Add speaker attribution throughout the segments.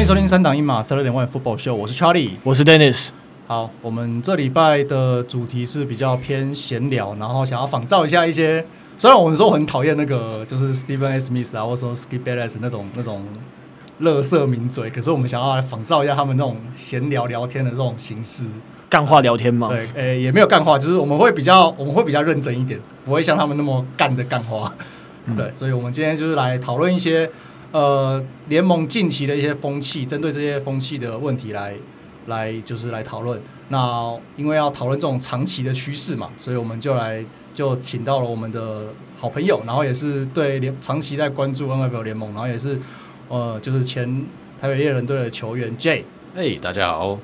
Speaker 1: 迎收听三档一码 Thirty One Football Show，我是 Charlie。
Speaker 2: 我是 Dennis，
Speaker 1: 好，我们这礼拜的主题是比较偏闲聊，然后想要仿照一下一些，虽然我们说我很讨厌那个就是 Stephen A. Smith 啊，或者说 Skip Bayless 那种那种乐色名嘴，可是我们想要来仿照一下他们那种闲聊聊天的这种形式。
Speaker 2: 干话聊天嘛，
Speaker 1: 对，呃、也没有干话，就是我们会比较我们会比较认真一点，不会像他们那么干的干话。对，所以我们今天就是来讨论一些呃联盟近期的一些风气，针对这些风气的问题来来就是来讨论。那因为要讨论这种长期的趋势嘛，所以我们就来就请到了我们的好朋友，然后也是对联长期在关注 NFL 联盟，然后也是呃就是前台北猎人队的球员 J。
Speaker 3: 哎、大家好，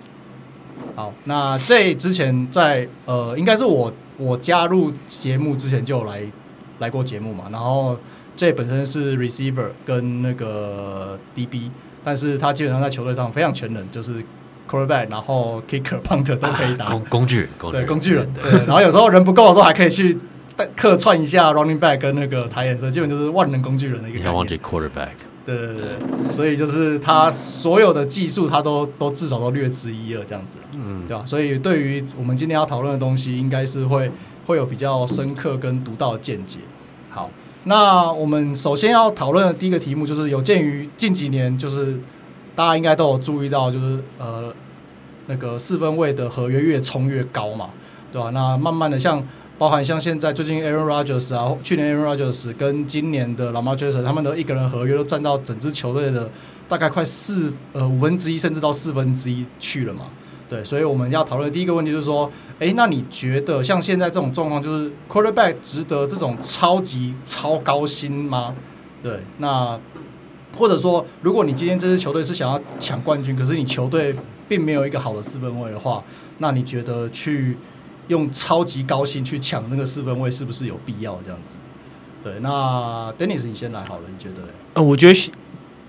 Speaker 1: 好，那这之前在呃，应该是我我加入节目之前就有来来过节目嘛，然后这本身是 receiver 跟那个 DB，但是他基本上在球队上非常全能，就是 quarterback，然后 kicker、punter 都可以打，
Speaker 3: 工工具人，啊工具
Speaker 1: 对工具人，对，然后有时候人不够的时候还可以去呃客串一下 running back 跟那个抬眼，所以基本就是万能工具人的一个
Speaker 3: 你
Speaker 1: 概
Speaker 3: 要
Speaker 1: 念。
Speaker 3: 忘记 quarterback，
Speaker 1: 对对对对，所以就是他所有的技术，他都都至少都略知一二这样子，嗯，对吧？所以对于我们今天要讨论的东西，应该是会会有比较深刻跟独到的见解。好，那我们首先要讨论的第一个题目就是有鉴于近几年就是大家应该都有注意到，就是呃那个四分位的合约越冲越高嘛，对吧、那慢慢的像包含像现在最近 Aaron Rodgers 啊，去年 Aaron Rodgers 跟今年的 Lamar Jackson 他们的一个人合约都占到整支球队的大概快四呃五分之一甚至到四分之一去了嘛。对，所以我们要讨论的第一个问题就是说，诶，那你觉得像现在这种状况，就是 quarterback 值得这种超级超高薪吗？对，那或者说，如果你今天这支球队是想要抢冠军，可是你球队并没有一个好的四分位的话，那你觉得去用超级高薪去抢那个四分位是不是有必要这样子？对，那 Dennis 你先来好了，你觉得嘞？
Speaker 3: 嗯
Speaker 2: 呃，我觉得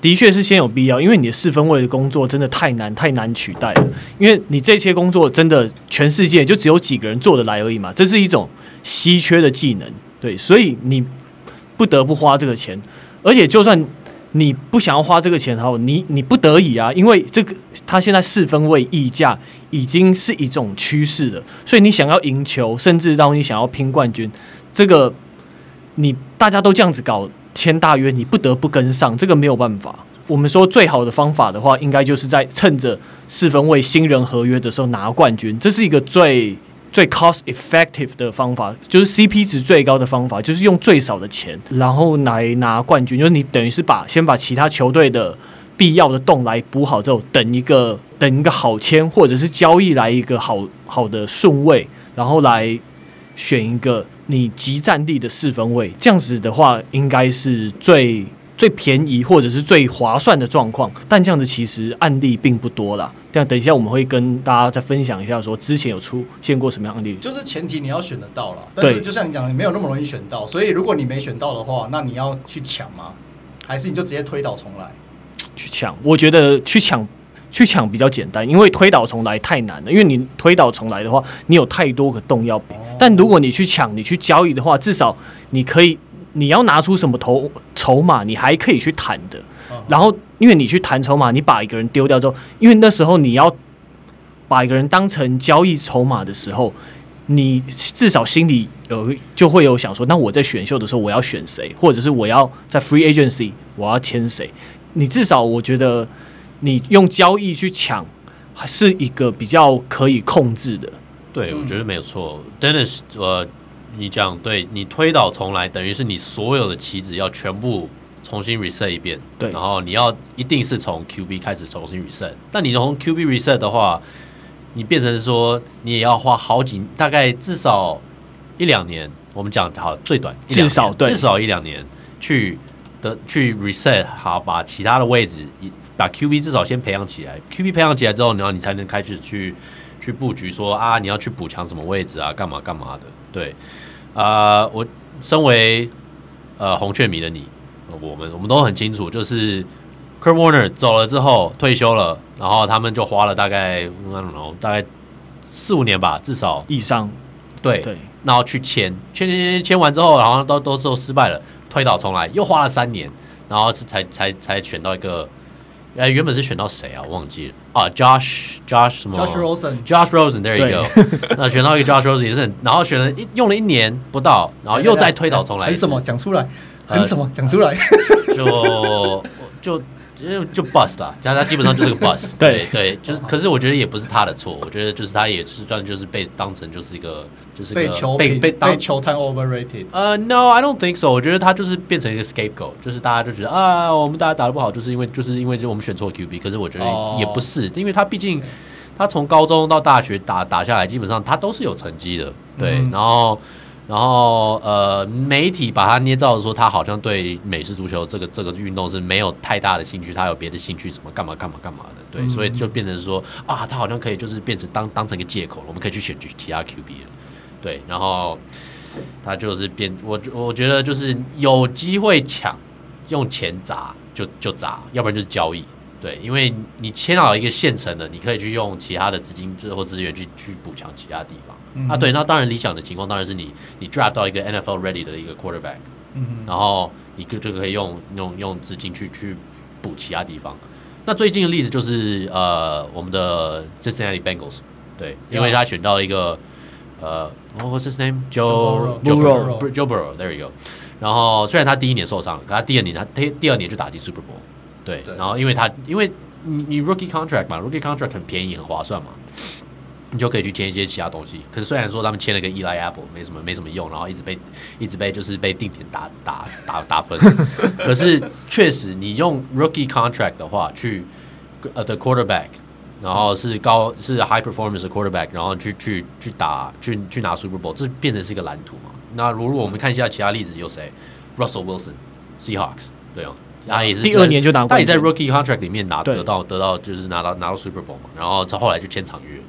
Speaker 2: 的确是先有必要，因为你的四分位的工作真的太难太难取代了，因为你这些工作真的全世界就只有几个人做得来而已嘛，这是一种稀缺的技能，对，所以你不得不花这个钱，而且就算你不想要花这个钱，好，你你不得已啊，因为这个他现在四分位溢价已经是一种趋势了，所以你想要赢球，甚至到你想要拼冠军，这个你大家都这样子搞签大约，你不得不跟上，这个没有办法。我们说最好的方法的话，应该就是在趁着四分卫新人合约的时候拿冠军，这是一个最最 cost effective 的方法，就是 CP 值最高的方法，就是用最少的钱，然后来拿冠军。就是你等于是把先把其他球队的必要的洞来补好之后，等一个等一个好签，或者是交易来一个好好的顺位，然后来选一个你集战力的四分位，这样子的话应该是最最便宜或者是最划算的状况。但这样子其实案例并不多啦。但等一下我们会跟大家再分享一下，说之前有出现过什么样的案例。
Speaker 1: 就是前提你要选得到啦，但是
Speaker 2: 对
Speaker 1: 就像你讲，的，没有那么容易选到，所以如果你没选到的话，那你要去抢吗？还是你就直接推倒重 来？
Speaker 2: 去抢，我觉得去抢去抢比较简单，因为推倒重来太难了。因为你推倒重来的话，你有太多个洞要比。但如果你去抢，你去交易的话，至少你可以你要拿出什么头筹码，你还可以去谈的
Speaker 1: 嗯。
Speaker 2: 然后，因为你去谈筹码，你把一个人丢掉之后，因为那时候你要把一个人当成交易筹码的时候，你至少心里有就会有想说，那我在选秀的时候我要选谁，或者是我要在 free agency 我要签谁？你至少我觉得你用交易去抢，还是一个比较可以控制的。
Speaker 3: 对，
Speaker 1: 嗯
Speaker 3: 我觉得没有错。Dennis，呃，你讲对，你推倒重来，等于是你所有的棋子要全部重新 reset 一遍。
Speaker 2: 对
Speaker 3: 然后你要一定是从 QB 开始重新 reset。但你从 QB reset 的话，你变成说你也要花好几，大概至少一两年。我们讲好最短，一两年
Speaker 2: 至少对
Speaker 3: 至少一两年去的去 reset 好，把其他的位置把 QB 至少先培养起来。QB 培养起来之后，然后你才能开始去去布局说啊，你要去补强什么位置啊，干嘛干嘛的。对，啊、我身为呃红雀迷的你，呃我们我们都很清楚，就是 Kurt Warner 走了之后退休了，然后他们就花了大概 I don't know 大概四五年吧，至少
Speaker 2: 以上
Speaker 3: 对，
Speaker 2: 对，
Speaker 3: 然后去签，签签签签完之后，然后都都都失败了，推倒重来，又花了三年，然后才才才选到一个哎，原本是选到谁啊？我忘记了啊，Josh Josh 什么
Speaker 1: Josh Rosen
Speaker 3: Josh Rosen，there you go。那选到一个 Josh Rosen 也是很，然后选了一用了一年不到，然后又再推倒重
Speaker 1: 哎
Speaker 3: 来一
Speaker 1: 很
Speaker 3: 次。
Speaker 1: 什么？讲出来，
Speaker 3: 呃
Speaker 1: 很什么？讲出来。
Speaker 3: 就就 就就 bust 啦，他他基本上就是个 bust
Speaker 2: 对
Speaker 3: 对，就是，可是我觉得也不是他的错，我觉得就是他也是算就是被当成就是一个就是个
Speaker 1: 被球
Speaker 3: 被
Speaker 1: 被被
Speaker 3: 被当
Speaker 1: 球探 overrated。
Speaker 3: 呃、n o I don't think so。我觉得他就是变成一个 scapegoat，就是大家就觉得啊，我们大家打得不好，就是因为就是因为就我们选错 QB。可是我觉
Speaker 1: 哦
Speaker 3: 得也不是因为他毕竟他从高中到大学打打下来，基本上他都是有成绩的，对。
Speaker 1: 嗯
Speaker 3: 然后然后呃，媒体把他捏造的说他好像对美式足球这个这个运动是没有太大的兴趣，他有别的兴趣什么干嘛干嘛干嘛的，对。
Speaker 1: 嗯
Speaker 3: 所以就变成说啊，他好像可以就是变成当当成一个借口了，我们可以去选取其他 QB 了，对。然后。他就是变，我我觉得就是有机会抢，用钱砸就就砸，要不然就是交易。对，因为你签到一个现成的，你可以去用其他的资金最后资源去去补强其他地方、
Speaker 1: 嗯
Speaker 3: 啊。对，那当然理想的情况当然是你你 draft 到一个 NFL ready 的一个 quarterback，
Speaker 1: 嗯，
Speaker 3: 然后你就就可以用用用资金去去补其他地方。那最近的例子就是呃，我们的 Cincinnati Bengals，对，因为
Speaker 1: Yeah
Speaker 3: 他选到一个呃，what
Speaker 1: 哦
Speaker 3: was his
Speaker 1: Joe
Speaker 3: name？Joe
Speaker 1: Burrow Burrow
Speaker 3: Joe Burrow，there you go。然后虽然他第一年受伤，可他第二年他第第二年就打进 Super Bowl，对，
Speaker 1: 对
Speaker 3: 然后因为他因为你你 rookie contract 嘛，rookie contract 很便宜很划算嘛，你就可以去签一些其他东西。可是虽然说他们签了个 Eli Apple 没什么没什么用，然后一直被一直被就是被定点打打打打分，可是确实你用 rookie contract 的话去呃的 quarterback，然后是高是 high performance 的 quarterback，然后去去去打去去拿 Super Bowl，这变成是一个蓝图嘛？那如果我们看一下其他例子，有谁？Russell Wilson Seahawks 对哦，他也是
Speaker 2: 第
Speaker 3: 在
Speaker 2: 二年就拿
Speaker 3: 他
Speaker 2: 冠
Speaker 3: 也在
Speaker 2: 军。
Speaker 3: rookie contract 里面拿
Speaker 2: 对
Speaker 3: 得到得到就是拿到拿到 Super Bowl 嘛，然后他后来就签长约，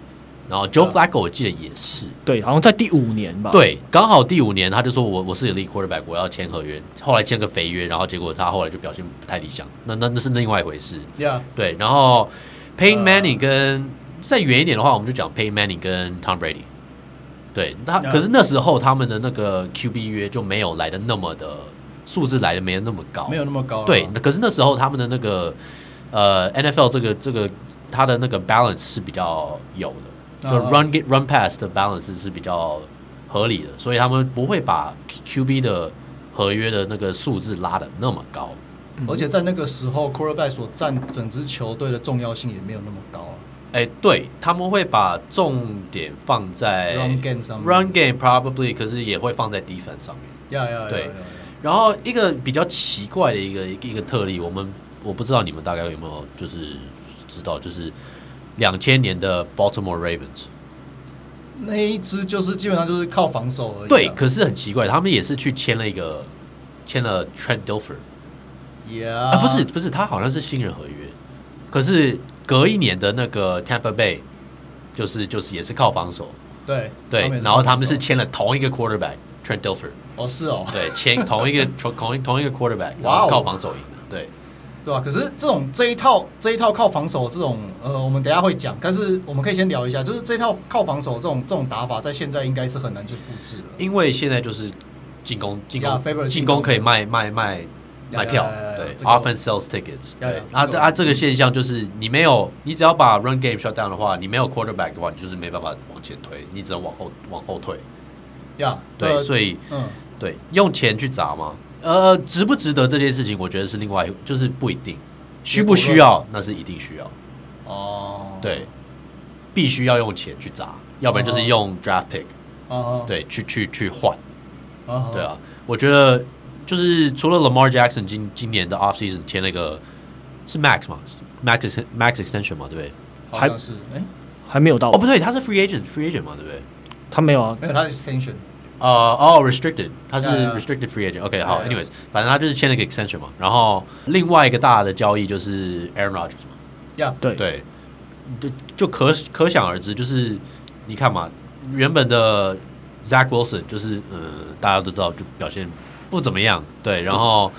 Speaker 3: 然后 Joe Flacco 我记得也是，
Speaker 2: 对，好像在第五年吧。，
Speaker 3: 对，刚好第五年他就说我我是 elite quarterback，我要签合约，后来签个肥约，然后结果他后来就表现不太理想，那那那是另外一回事，
Speaker 1: Yeah，
Speaker 3: 对，然后 Payne
Speaker 1: 呃
Speaker 3: Manning 跟、再远一点的话，我们就讲 Payne Manning 跟 Tom Brady。对，他
Speaker 1: 呃
Speaker 3: 可是那时候他们的那个 QB 约就没有来的那么的数字来的没有那么高，
Speaker 1: 没有那么高啊。
Speaker 3: 对，那可是那时候他们的那个呃 NFL 这个这个它的那个 balance 是比较有的，就
Speaker 1: 啊
Speaker 3: run get run pass 的 balance 是是比较合理的，所以他们不会把 Q- QB 的合约的那个数字拉的那么高。
Speaker 2: 嗯
Speaker 1: 而且在那个时候，quarterback 所占整支球队的重要性也没有那么高啊。
Speaker 3: 哎，对，他们会把重点放在
Speaker 1: Run game 上面
Speaker 3: run game probably，可是也会放在 defense 上面。
Speaker 1: Yeah, yeah, yeah,
Speaker 3: 对
Speaker 1: yeah, yeah.
Speaker 3: 然后一个比较奇怪的一个一个一个特例，我们我不知道你们大概有没有就是知道，就是两千年的 Baltimore Ravens。
Speaker 1: 那一支就是基本上就是靠防守而已啊。
Speaker 3: 对，可是很奇怪，他们也是去签了一个签了 Trent Dilfer
Speaker 1: ，Yeah，
Speaker 3: 啊，不是不是，他好像是新人合约，可是隔一年的那个 Tampa Bay 就是就是也是靠防守，
Speaker 1: 对也
Speaker 3: 对，然后他们是
Speaker 1: 靠防守
Speaker 3: 签了同一个 quarterback Trent Dilfer，
Speaker 1: 哦是哦，
Speaker 3: 对，签同一个同一同一个 quarterback，然
Speaker 1: 哇
Speaker 3: 后
Speaker 1: 哦
Speaker 3: 是靠防守赢的，对。
Speaker 1: 对吧、可是这种这一套这一套靠防守这种，呃，我们等一下会讲，但是我们可以先聊一下，就是这一套靠防守这种这种打法，在现在应该是很难去复制了。
Speaker 3: 因为现在就是进攻进
Speaker 1: Yeah, favorite
Speaker 3: 攻进攻可以卖卖卖卖票
Speaker 1: yeah, yeah, yeah,，
Speaker 3: 对
Speaker 1: 哎这个
Speaker 3: ，offense sells tickets，
Speaker 1: Yeah,
Speaker 3: 对
Speaker 1: yeah,，
Speaker 3: 啊
Speaker 1: 这个
Speaker 3: 啊这个现象就是你没有，你只要把 run game shut down 的话，你没有 quarterback 的话，你就是没办法往前推，你只能往后往后退，
Speaker 1: 呀、
Speaker 3: 对，
Speaker 1: 呃
Speaker 3: 所以
Speaker 1: 嗯，
Speaker 3: 对用钱去砸嘛，呃，值不值得这件事情，我觉得是另外一就是不一定，需不需要那是一定需要，
Speaker 1: 哦，
Speaker 3: 对，必须要用钱去砸，要不然就是用 draft pick
Speaker 1: 哦，
Speaker 3: 对去去去换。
Speaker 1: 哦，
Speaker 3: 对啊，我觉得就是除了 Lamar Jackson 今今年的 off season 签那个是 Max 嘛，Max ex- Max extension 嘛，对不对？
Speaker 1: 好像是，哎、
Speaker 2: 还没有到吧。
Speaker 3: 哦，不对，他是 free agent free agent 嘛，对不对？
Speaker 2: 他没有啊。
Speaker 1: 没有，他是 extension，
Speaker 3: 呃，哦，restricted，他是
Speaker 1: Yeah, yeah.
Speaker 3: restricted free agent。OK，
Speaker 1: Yeah,
Speaker 3: 好
Speaker 1: yeah.
Speaker 3: ，anyways，反正他就是签了一个 extension 嘛。然后另外一个大的交易就是 Aaron Rodgers 嘛，
Speaker 1: 呀、
Speaker 2: 对
Speaker 3: 对，就就可可想而知，就是你看嘛，原本的 Zach Wilson 就是呃，大家都知道就表现不怎么样，对，然后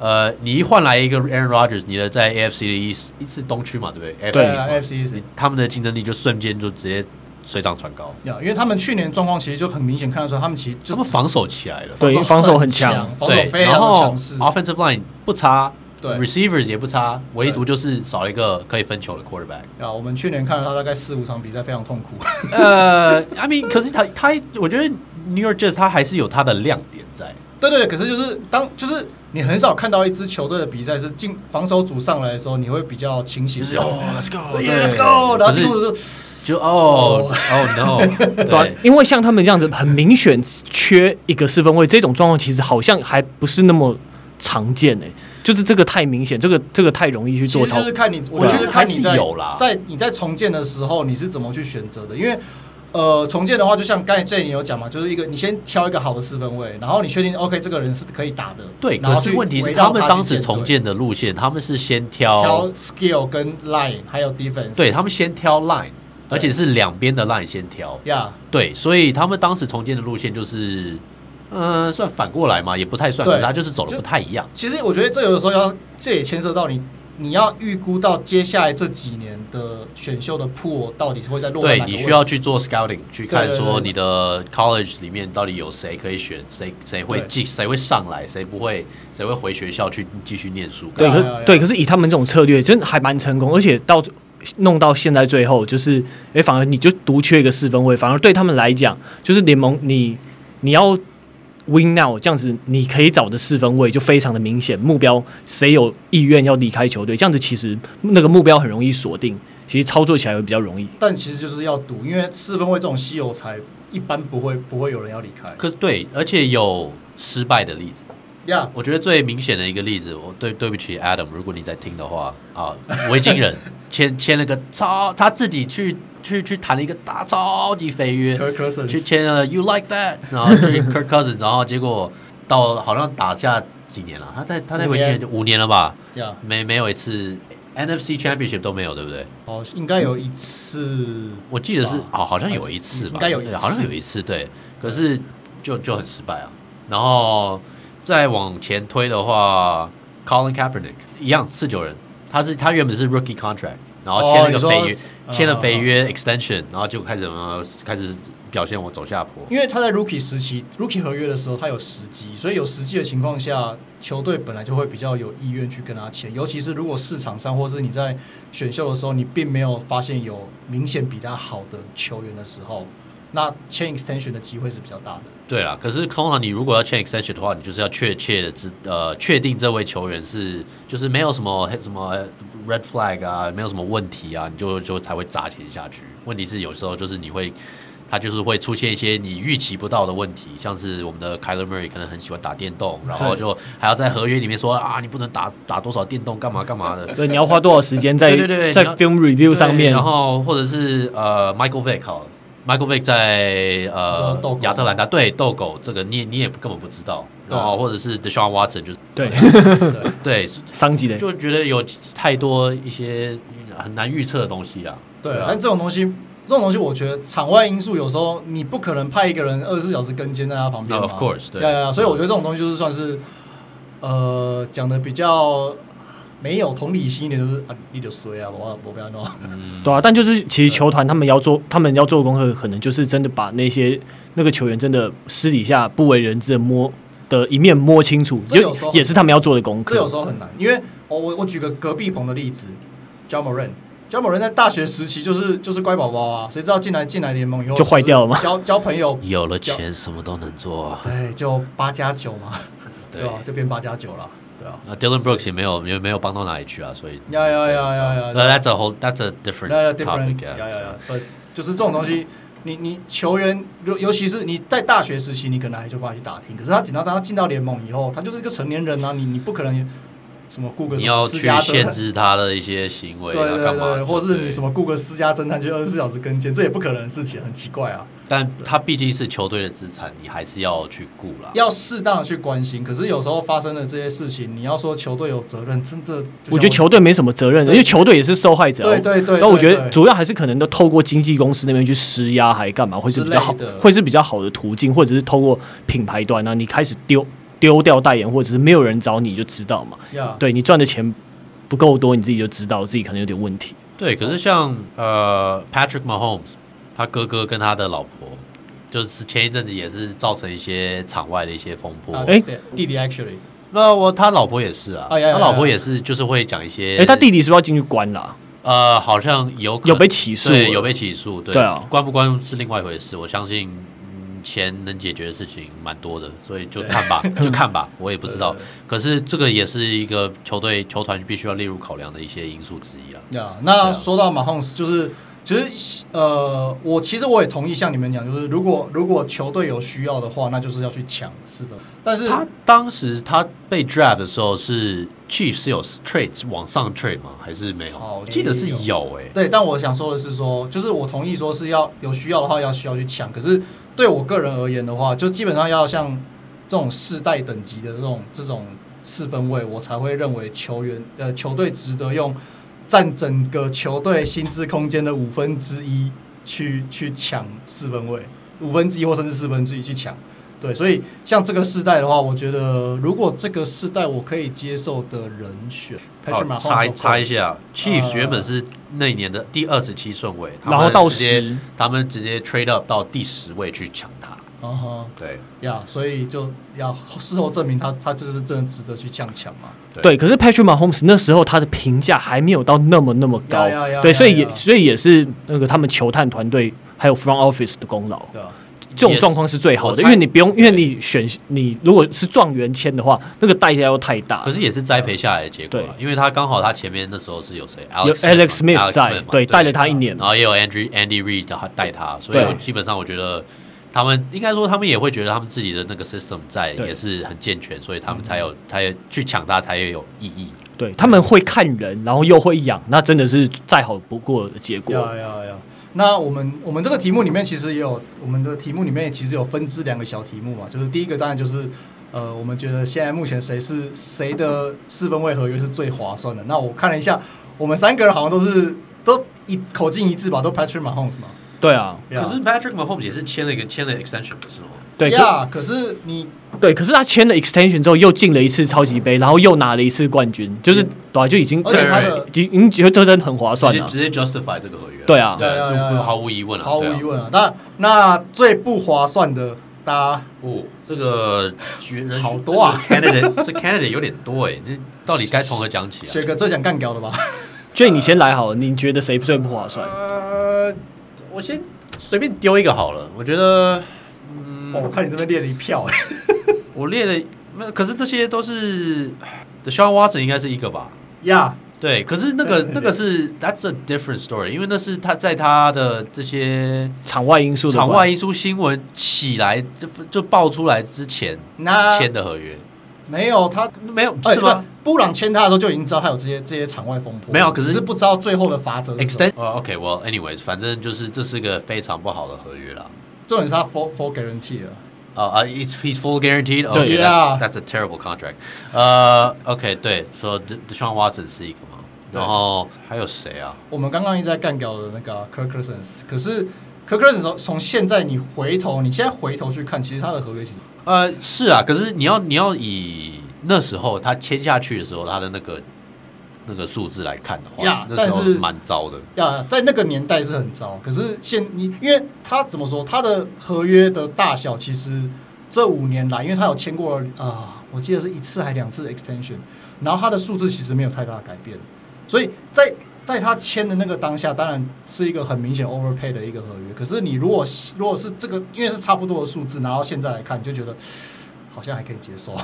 Speaker 3: 呃，你一换来一个 Aaron Rodgers，你的在 AFC 的一一次东区嘛，对不对？
Speaker 1: 对啊
Speaker 3: AFC 嘛
Speaker 1: AFC 一次
Speaker 3: 你他们的竞争力就瞬间就直接水涨船高，
Speaker 1: 呀因为他们去年状况其实就很明显看得出来，他们其实
Speaker 3: 他
Speaker 1: 就
Speaker 3: 们防守起来了，
Speaker 2: 对防守很强
Speaker 1: 防守
Speaker 3: 对，
Speaker 1: 非
Speaker 3: 然
Speaker 1: 常的
Speaker 3: 后啊
Speaker 1: 强势，
Speaker 3: offensive line 不差，
Speaker 1: 对
Speaker 3: receivers 也不差，唯独就是少了一个可以分球的 quarterback。
Speaker 1: 啊，我们去年看了他大概四五场比赛，非常痛苦。
Speaker 3: 呃，I mean，可是他他，我觉得 New York Jets 他还是有他的亮点在。
Speaker 1: 对对对，可是就是当就是你很少看到一支球队的比赛是进防守组上来的时候，你会比较清醒。
Speaker 3: 就是
Speaker 1: 哦
Speaker 3: 哦，Let's go，
Speaker 1: ，Yeah，Let's
Speaker 3: 对
Speaker 1: go，然后
Speaker 3: 可是
Speaker 1: 进入的时候
Speaker 3: 就哦哦 no，
Speaker 2: 对啊
Speaker 3: 对，
Speaker 2: 因为像他们这样子很明显缺一个四分位，这种状况其实好像还不是那么常见诶、就是这个太明显，这个这个太容易去
Speaker 1: 其
Speaker 2: 做
Speaker 1: 实
Speaker 2: 操
Speaker 1: 就。是看你，我
Speaker 3: 对
Speaker 1: 觉得看你
Speaker 3: 还
Speaker 1: 在
Speaker 3: 是有啦
Speaker 1: 在你在重建的时候，你是怎么去选择的？因为呃，重建的话，就像刚才 J 你有讲嘛，就是一个你先挑一个好的四分位，然后你确定 OK 这个人是可以打的，
Speaker 3: 对。
Speaker 1: 然
Speaker 3: 可
Speaker 1: 后
Speaker 3: 是
Speaker 1: 去
Speaker 3: 问题是，
Speaker 1: 围绕
Speaker 3: 他们
Speaker 1: 去
Speaker 3: 当时重
Speaker 1: 队
Speaker 3: 建的路线，他们是先
Speaker 1: 挑
Speaker 3: 挑，
Speaker 1: skill 跟 line 还有 defense，
Speaker 3: 哦对他们先挑 line，
Speaker 1: 对
Speaker 3: 而且是两边的 line 先挑。
Speaker 1: 呀
Speaker 3: 对，所以他们当时重建的路线就是，呃，算反过来嘛，也不太算，
Speaker 1: 对
Speaker 3: 可是他就是走的不太一样。
Speaker 1: 其实我觉得这有的时候要，这也牵涉到你，你要预估到接下来这几年的选秀的 pool 到底是会在落在
Speaker 3: 对
Speaker 1: 哪个
Speaker 3: 你
Speaker 1: 位置
Speaker 3: 需要去做 scouting，去看
Speaker 1: 对对对
Speaker 3: 说
Speaker 1: 对
Speaker 3: 你的 college 里面到底有谁可以选，谁谁会
Speaker 1: 对
Speaker 3: 进，谁会上来，谁不会，谁会回学校去继续念书。
Speaker 2: 对，
Speaker 1: 对啊对啊
Speaker 2: 可
Speaker 1: 对啊
Speaker 2: 对，可是以他们这种策略，真的还蛮成功，而且到弄到现在最后，就是哎，反而你就独缺一个四分位，反而对他们来讲，就是联盟你你要 win now 这样子，你可以找的四分位就非常的明显，目标谁有意愿要离开球队，这样子其实那个目标很容易锁定，其实操作起来会比较容易。
Speaker 1: 但其实就是要赌，因为四分位这种稀有才一般不会不会有人要离开
Speaker 3: 可是对，而且有失败的例子。
Speaker 1: 呀。
Speaker 3: 我觉得最明显的一个例子，我对对不起 Adam，如果你在听的话 啊，维京人签签了个超，他自己去去去谈了一个大超级肥约，
Speaker 1: Kirk Cousins
Speaker 3: 去签了 You Like That，然后去 Kirk Cousins，然后结果到好像打下几年了，他在他在维京人就五年了吧，
Speaker 1: 呀，
Speaker 3: 没没有一次 NFC Championship 都没有，对不对？
Speaker 1: 哦，应该有一次
Speaker 3: 我记得是
Speaker 1: 哇
Speaker 3: 哦，好像有一次吧，
Speaker 1: 应该有一
Speaker 3: 对
Speaker 1: 次
Speaker 3: 好像有一次对，可是就就很失败啊。然后再往前推的话，Colin Kaepernick 一样四九人，他是他原本是 Rookie Contract，然后签了
Speaker 1: 哦
Speaker 3: 个
Speaker 1: 你说
Speaker 3: 肥约，
Speaker 1: 嗯
Speaker 3: 签了肥约 Extension，然后就开始呃开始表现我走下坡。
Speaker 1: 因为他在 rookie 时期，rookie 合约的时候，他有时机，所以有时机的情况下，球队本来就会比较有意愿去跟他签。尤其是如果市场上，或是你在选秀的时候，你并没有发现有明显比他好的球员的时候，那签 extension 的机会是比较大的。
Speaker 3: 对啦，可是通常你如果要签 extension 的话，你就是要确切的知呃确定这位球员是就是没有什么什么 red flag 啊，没有什么问题啊，你就就才会砸钱下去。问题是有时候就是你会。他就是会出现一些你预期不到的问题，像是我们的 Kyler Murray 可能很喜欢打电动，然后就还要在合约里面说啊，你不能打打多少电动，干嘛干嘛的。
Speaker 2: 对，你要花多少时间在
Speaker 3: 对对对
Speaker 2: 在
Speaker 3: 你要
Speaker 2: film review 上面？
Speaker 3: 对然后或者是呃 Michael Vick 好了，Michael Vick 在
Speaker 1: 你
Speaker 3: 呃
Speaker 1: 说斗狗
Speaker 3: 亚特兰大对斗狗这个你也你也根本不知道，
Speaker 1: 对啊
Speaker 3: 然后或者是 Deshaun Watson 就是
Speaker 2: 对，
Speaker 1: 对，
Speaker 3: 对，
Speaker 2: 伤及的。
Speaker 3: 就觉得有太多一些很难预测的东西啊。
Speaker 1: 对，
Speaker 3: 啊
Speaker 1: 但这种东西，这种东西，我觉得场外因素有时候你不可能派一个人二十四小时跟监在他旁边嘛。
Speaker 3: No, of course，对
Speaker 1: 呀呀呀所以我觉得这种东西就是算是，呃，讲的比较没有同理心一点，就是啊，你就衰啊，我我不要弄。
Speaker 3: 嗯，
Speaker 2: 对啊，但就是其实球团他们要做，他们要做的功课，可能就是真的把那些那个球员真的私底下不为人知的摸的一面摸清楚，
Speaker 1: 这有时
Speaker 2: 就
Speaker 1: 候
Speaker 2: 也是他们要做的功
Speaker 1: 这有
Speaker 2: 课
Speaker 1: 时。候很难，因为我我我举个隔壁棚的例子 j a m o r a n j a m o r a n 在大学时期就是就是乖宝宝啊，谁知道进来进来联盟以后
Speaker 2: 就坏掉了吗
Speaker 1: 就是交交朋友，
Speaker 3: 有了钱什么都能做啊。
Speaker 1: 对，就八加九嘛，
Speaker 3: 对
Speaker 1: 对吧、就变八加九了，对啊。
Speaker 3: 啊，Dylan Brooks 也没有也没有帮到哪里去啊，所以
Speaker 1: 呀呀呀呀呀
Speaker 3: So, That's a whole that's a different
Speaker 1: Yeah, yeah,
Speaker 3: topic.
Speaker 1: different.
Speaker 3: yeah.
Speaker 1: Yeah, yeah, yeah. But 就是这种东西，你你球员，尤尤其是你在大学时期，你可能还就把他去打听，可是他等到他进到联盟以后，他就是一个成年人啊，你你不可能什么雇个
Speaker 3: 你
Speaker 1: 什
Speaker 3: 要
Speaker 1: 么私
Speaker 3: 去
Speaker 1: 家侦
Speaker 3: 限
Speaker 1: 探。
Speaker 3: 制他的一些行为
Speaker 1: 对
Speaker 3: 啊，
Speaker 1: 对
Speaker 3: 干嘛
Speaker 1: 对，
Speaker 3: 的？
Speaker 1: 或是你
Speaker 3: 对
Speaker 1: 什么雇个私家侦探去二十四小时跟监，这也不可能的事情，很奇怪啊。
Speaker 3: 但他毕竟是球队的资产，你还是要去顾啦。
Speaker 1: 要适当的去关心，可是有时候发生的这些事情，你要说球队有责任，真的就像
Speaker 2: 我觉得球队没什么责任，因
Speaker 1: 对
Speaker 2: 为球队也是受害者啊。
Speaker 1: 对对对，
Speaker 2: 但我
Speaker 1: 对
Speaker 2: 觉得
Speaker 1: 对
Speaker 2: 主要还是可能都透过经纪公司那边去施压，还干嘛会是比较好
Speaker 1: 之类的，
Speaker 2: 会是比较好的途径，或者是透过品牌端呢、啊，你开始丢丢掉代言，或者是没有人找你就知道嘛。
Speaker 1: 呀
Speaker 2: 对你赚的钱不够多，你自己就知道自己可能有点问题。
Speaker 3: 对，可是像呃 Patrick Mahomes，他哥哥跟他的老婆，就是前一阵子也是造成一些场外的一些风波。
Speaker 1: 啊
Speaker 2: 哎
Speaker 1: 对弟弟 actually
Speaker 3: 那我他老婆也是啊，
Speaker 1: 哎呀呀呀
Speaker 3: 他老婆也是，就是会讲一些。
Speaker 2: 哎、他弟弟是不是要进去关啦、
Speaker 3: 呃，好像有可
Speaker 2: 有被起诉
Speaker 3: 对，
Speaker 2: 了
Speaker 3: 有被起诉，对，
Speaker 2: 对啊
Speaker 3: 关不关是另外一回事。我相信，嗯，钱能解决的事情蛮多的，所以就看吧， 就看吧，我也不知道
Speaker 1: 对对。
Speaker 3: 可是这个也是一个球队球团必须要列入考量的一些因素之一啊。
Speaker 1: 呀、
Speaker 3: 对啊
Speaker 1: 那说到马洪斯，就是其实呃，我其实我也同意像你们讲，就是如果如果球队有需要的话，那就是要去抢四分。但是
Speaker 3: 他当时他被 draft 的时候是 Chief 是有 trade 往上 trade 吗？还是没有？
Speaker 1: 哦
Speaker 3: 我记得是
Speaker 1: 没
Speaker 3: 有哎诶、
Speaker 1: 对，但我想说的是说，就是我同意说是要有需要的话要需要去抢，可是对我个人而言的话，就基本上要像这种世代等级的这种这种四分位，我才会认为球员呃球队值得用占整个球队薪资空间的五分之一去去抢四分位，五分之一或甚至四分之一去抢。对，所以像这个世代的话，我觉得如果这个世代我可以接受的人选
Speaker 3: 好
Speaker 1: ，Patrick Mahomes，
Speaker 3: 猜
Speaker 1: of
Speaker 3: 猜
Speaker 1: course
Speaker 3: 一下，Chiefs
Speaker 1: 呃
Speaker 3: 原本是那一年的第二十七顺位，他
Speaker 2: 然后
Speaker 3: 们
Speaker 2: 到
Speaker 3: 直接
Speaker 2: 十，
Speaker 3: 他们直接 trade up 到第十位去抢他。
Speaker 1: 嗯哼。
Speaker 3: 对，
Speaker 1: 呀所以就要事后证明他他这是真的值得去这样抢嘛？
Speaker 2: 对，可是 Patrick Mahomes 那时候他的评价还没有到那么那么高
Speaker 1: 呀呀呀，
Speaker 2: 对，
Speaker 1: 呀
Speaker 2: 所以
Speaker 1: 呀
Speaker 2: 也所以也是那个他们球探团队还有 front office 的功劳，
Speaker 1: 对啊，
Speaker 2: 这种
Speaker 3: 也是
Speaker 2: 状况是最好
Speaker 3: 我
Speaker 2: 的，
Speaker 3: 猜
Speaker 2: 因为你不用，因为你选你如果是状元签的话，那个代价又太大
Speaker 3: 可。是也是栽培下来的结果啊，因为他刚好他前面那时候是有谁
Speaker 2: 嗯有 Alex Smith 在，
Speaker 3: 嘛
Speaker 2: 对，带了他一年
Speaker 3: 然，后也有 Andrew Andy Reid 他带他，所以
Speaker 2: 对
Speaker 3: 我基本上我觉得他们应该说他们也会觉得他们自己的那个 system 在
Speaker 2: 对嗯
Speaker 3: 也是很健全，所以他们才有才有去抢他才有意义。
Speaker 2: 对他们会看人，然后又会养，那真的是再好不过的结果。
Speaker 1: 要要要。那我们我们这个题目里面其实也有，我们的题目里面其实有分支两个小题目嘛，就是第一个当然就是，呃，我们觉得现在目前谁是谁的四分位合约是最划算的？那我看了一下，我们三个人好像都是都一口径一致吧，都 Patrick Mahomes 嘛。
Speaker 2: 对啊，
Speaker 1: 呀
Speaker 3: 可是 Patrick Mahomes 也是签了一个签了 extension 不是吗？
Speaker 2: 对，可
Speaker 1: 呀，可是你
Speaker 2: 对，可是他签了 extension 之后，又进了一次超级杯，然后又拿了一次冠军，就是对啊，就已经
Speaker 1: 而
Speaker 2: 这
Speaker 1: 且
Speaker 3: 他
Speaker 1: 的
Speaker 2: 已经已经觉得这真的很划算
Speaker 3: 直
Speaker 2: 了。
Speaker 3: 接直接 justify 这个合约。
Speaker 2: 对啊
Speaker 1: 对啊对啊
Speaker 3: 就
Speaker 1: 对啊
Speaker 3: 毫无疑问啊，
Speaker 1: 毫无
Speaker 3: 对啊
Speaker 1: 疑问啊，那那最不划算的，大家
Speaker 3: 哦，这个学人
Speaker 1: 好多啊
Speaker 3: 这个，candidate 这 candidate 有点多哎，这到底该从何讲起啊？
Speaker 1: 学哥最想干掉的吧？
Speaker 2: 所以你先来好了，你觉得谁最不划算？
Speaker 3: 呃，我先随便丢一个好了，我觉得嗯
Speaker 1: 哦，我看你这边列了一票， 哎
Speaker 3: 我列了，那可是这些都是 The Sean Watson 应该是一个吧？
Speaker 1: 呀，
Speaker 3: 对，可是那个
Speaker 1: 对
Speaker 3: 那个是 That's a different story，因为那是他在他的这些
Speaker 2: 场外因素的
Speaker 3: 场
Speaker 2: 话
Speaker 3: 外一出新闻起来就就爆出来之前
Speaker 1: 那
Speaker 3: 签的合约，
Speaker 1: 没有他
Speaker 3: 没有
Speaker 1: 哎
Speaker 3: 是吗？？
Speaker 1: 不布朗签他的时候就已经知道他有这些这些场外风波，
Speaker 3: 没有可是
Speaker 1: 只是不知道最后的法则是什么
Speaker 3: extend。哦、o k w e l l anyways，反正就是这是个非常不好的合约啦。
Speaker 1: 重点是他 for for guarantee 了。
Speaker 3: 啊啊，it's he's full guaranteed. o
Speaker 2: 对
Speaker 3: k that's
Speaker 1: Yeah.
Speaker 3: that's a terrible contract. 呃、o k 对，说 so, Deshaun Watson 是一个嘛，
Speaker 1: 对
Speaker 3: 然后还有谁啊？
Speaker 1: 我们刚刚一直在干掉的那个啊 Kirk Cousins，可是 Kirk Cousins 从从现在你回头，你现在回头去看，其实他的合约其实
Speaker 3: 呃，是啊，可是你要你要以那时候他签下去的时候他的那个那个数字来看的话
Speaker 1: Yeah，
Speaker 3: 那时候
Speaker 1: 但是
Speaker 3: 蛮糟的。
Speaker 1: 呀，在那个年代是很糟，可是现你因为他怎么说，他的合约的大小其实这五年来，因为他有签过啊、我记得是一次还两次的 extension，然后他的数字其实没有太大的改变，所以在在他签的那个当下，当然是一个很明显 overpay 的一个合约。可是你如果如果是这个，因为是差不多的数字，拿到现在来看，你就觉得好像还可以接受，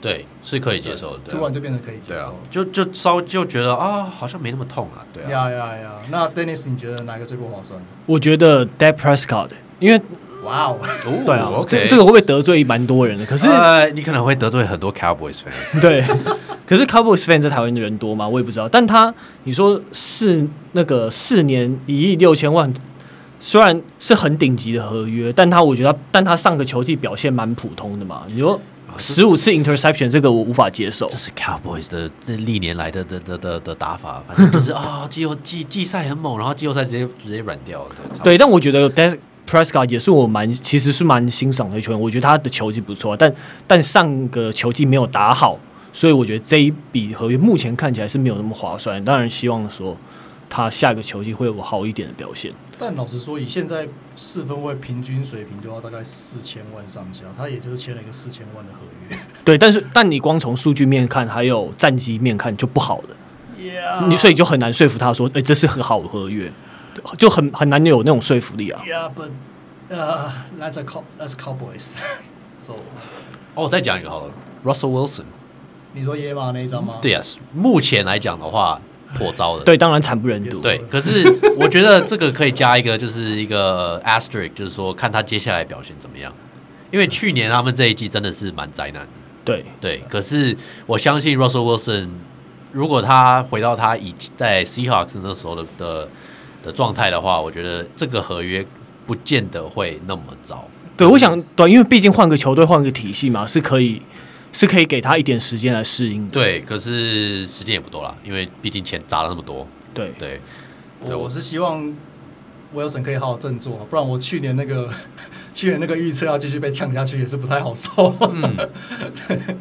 Speaker 3: 对，是可以接受的。对 啊
Speaker 1: 突然就变成可以接
Speaker 3: 对啊
Speaker 1: 受。，
Speaker 3: 就就稍就觉得啊，好像没那么痛啊，对啊。
Speaker 1: 呀呀呀！那 Dennis，你觉得哪个最不划算？
Speaker 2: 我觉得 d e a d Prescott，因为
Speaker 1: 哇哦！
Speaker 3: 哦
Speaker 2: 对啊，
Speaker 3: ，OK，
Speaker 2: 这这个会不会得罪蛮多人的？可是、
Speaker 3: 呃，你可能会得罪很多 Cowboys fans。
Speaker 2: 对，可是 Cowboys fan 在台湾的人多吗？我也不知道。但他你说是那个四年一亿六千万，虽然是很顶级的合约，但他我觉得他，但他上个球季表现蛮普通的嘛。你说十五次 interception 这个我无法接受
Speaker 3: 这。是 Cowboys 的这历年来的的的的的打法，反正就是 啊，季后季季赛很猛，然后季后赛直接直接软掉了。差不多
Speaker 2: 对，但我觉得 Dak Prescott 也是我蛮其实是蛮欣赏的球员，我觉得他的球技不错，但但上个球季没有打好，所以我觉得这一笔合约目前看起来是没有那么划算。当然希望说他下个球季会有好一点的表现。
Speaker 1: 但老实说，以现在四分位平均水平都要大概四千万上下，他也就是签了一个四千万的合约。
Speaker 2: 对，但是但你光从数据面看，还有战绩面看就不好了。
Speaker 1: Yeah，
Speaker 2: 你所以你就很难说服他说，哎、这是很好的合约，就很很难有那种说服力啊。
Speaker 1: Yeah，but uh, that's a cow that's Cowboys 。so
Speaker 3: 哦，我再讲一个好了，Russell Wilson。
Speaker 1: 你说野马那一张吗？
Speaker 2: 啊
Speaker 3: 对呀，啊目前来讲的话，破招了。
Speaker 2: 对，当然惨不忍睹。
Speaker 3: 对，可是我觉得这个可以加一个，就是一个 asterisk，就是说看他接下来表现怎么样。因为去年他们这一季真的是蛮灾难的，
Speaker 2: 对
Speaker 3: 对。可是我相信 Russell Wilson，如果他回到他以在 Seahawks 那时候的的的状态的话，我觉得这个合约不见得会那么糟。
Speaker 2: 对，我想对，因为毕竟换个球队、换个体系嘛，是可以是可以给他一点时间来适应的。
Speaker 3: 对，可是时间也不多啦，因为毕竟钱砸了那么多。
Speaker 2: 对
Speaker 3: 对，对
Speaker 1: 我
Speaker 3: 我
Speaker 1: 我是希望 Wilson 可以好好振作，啊不然我去年那个去年那个预测要继续被呛下去也是不太好受。
Speaker 2: 嗯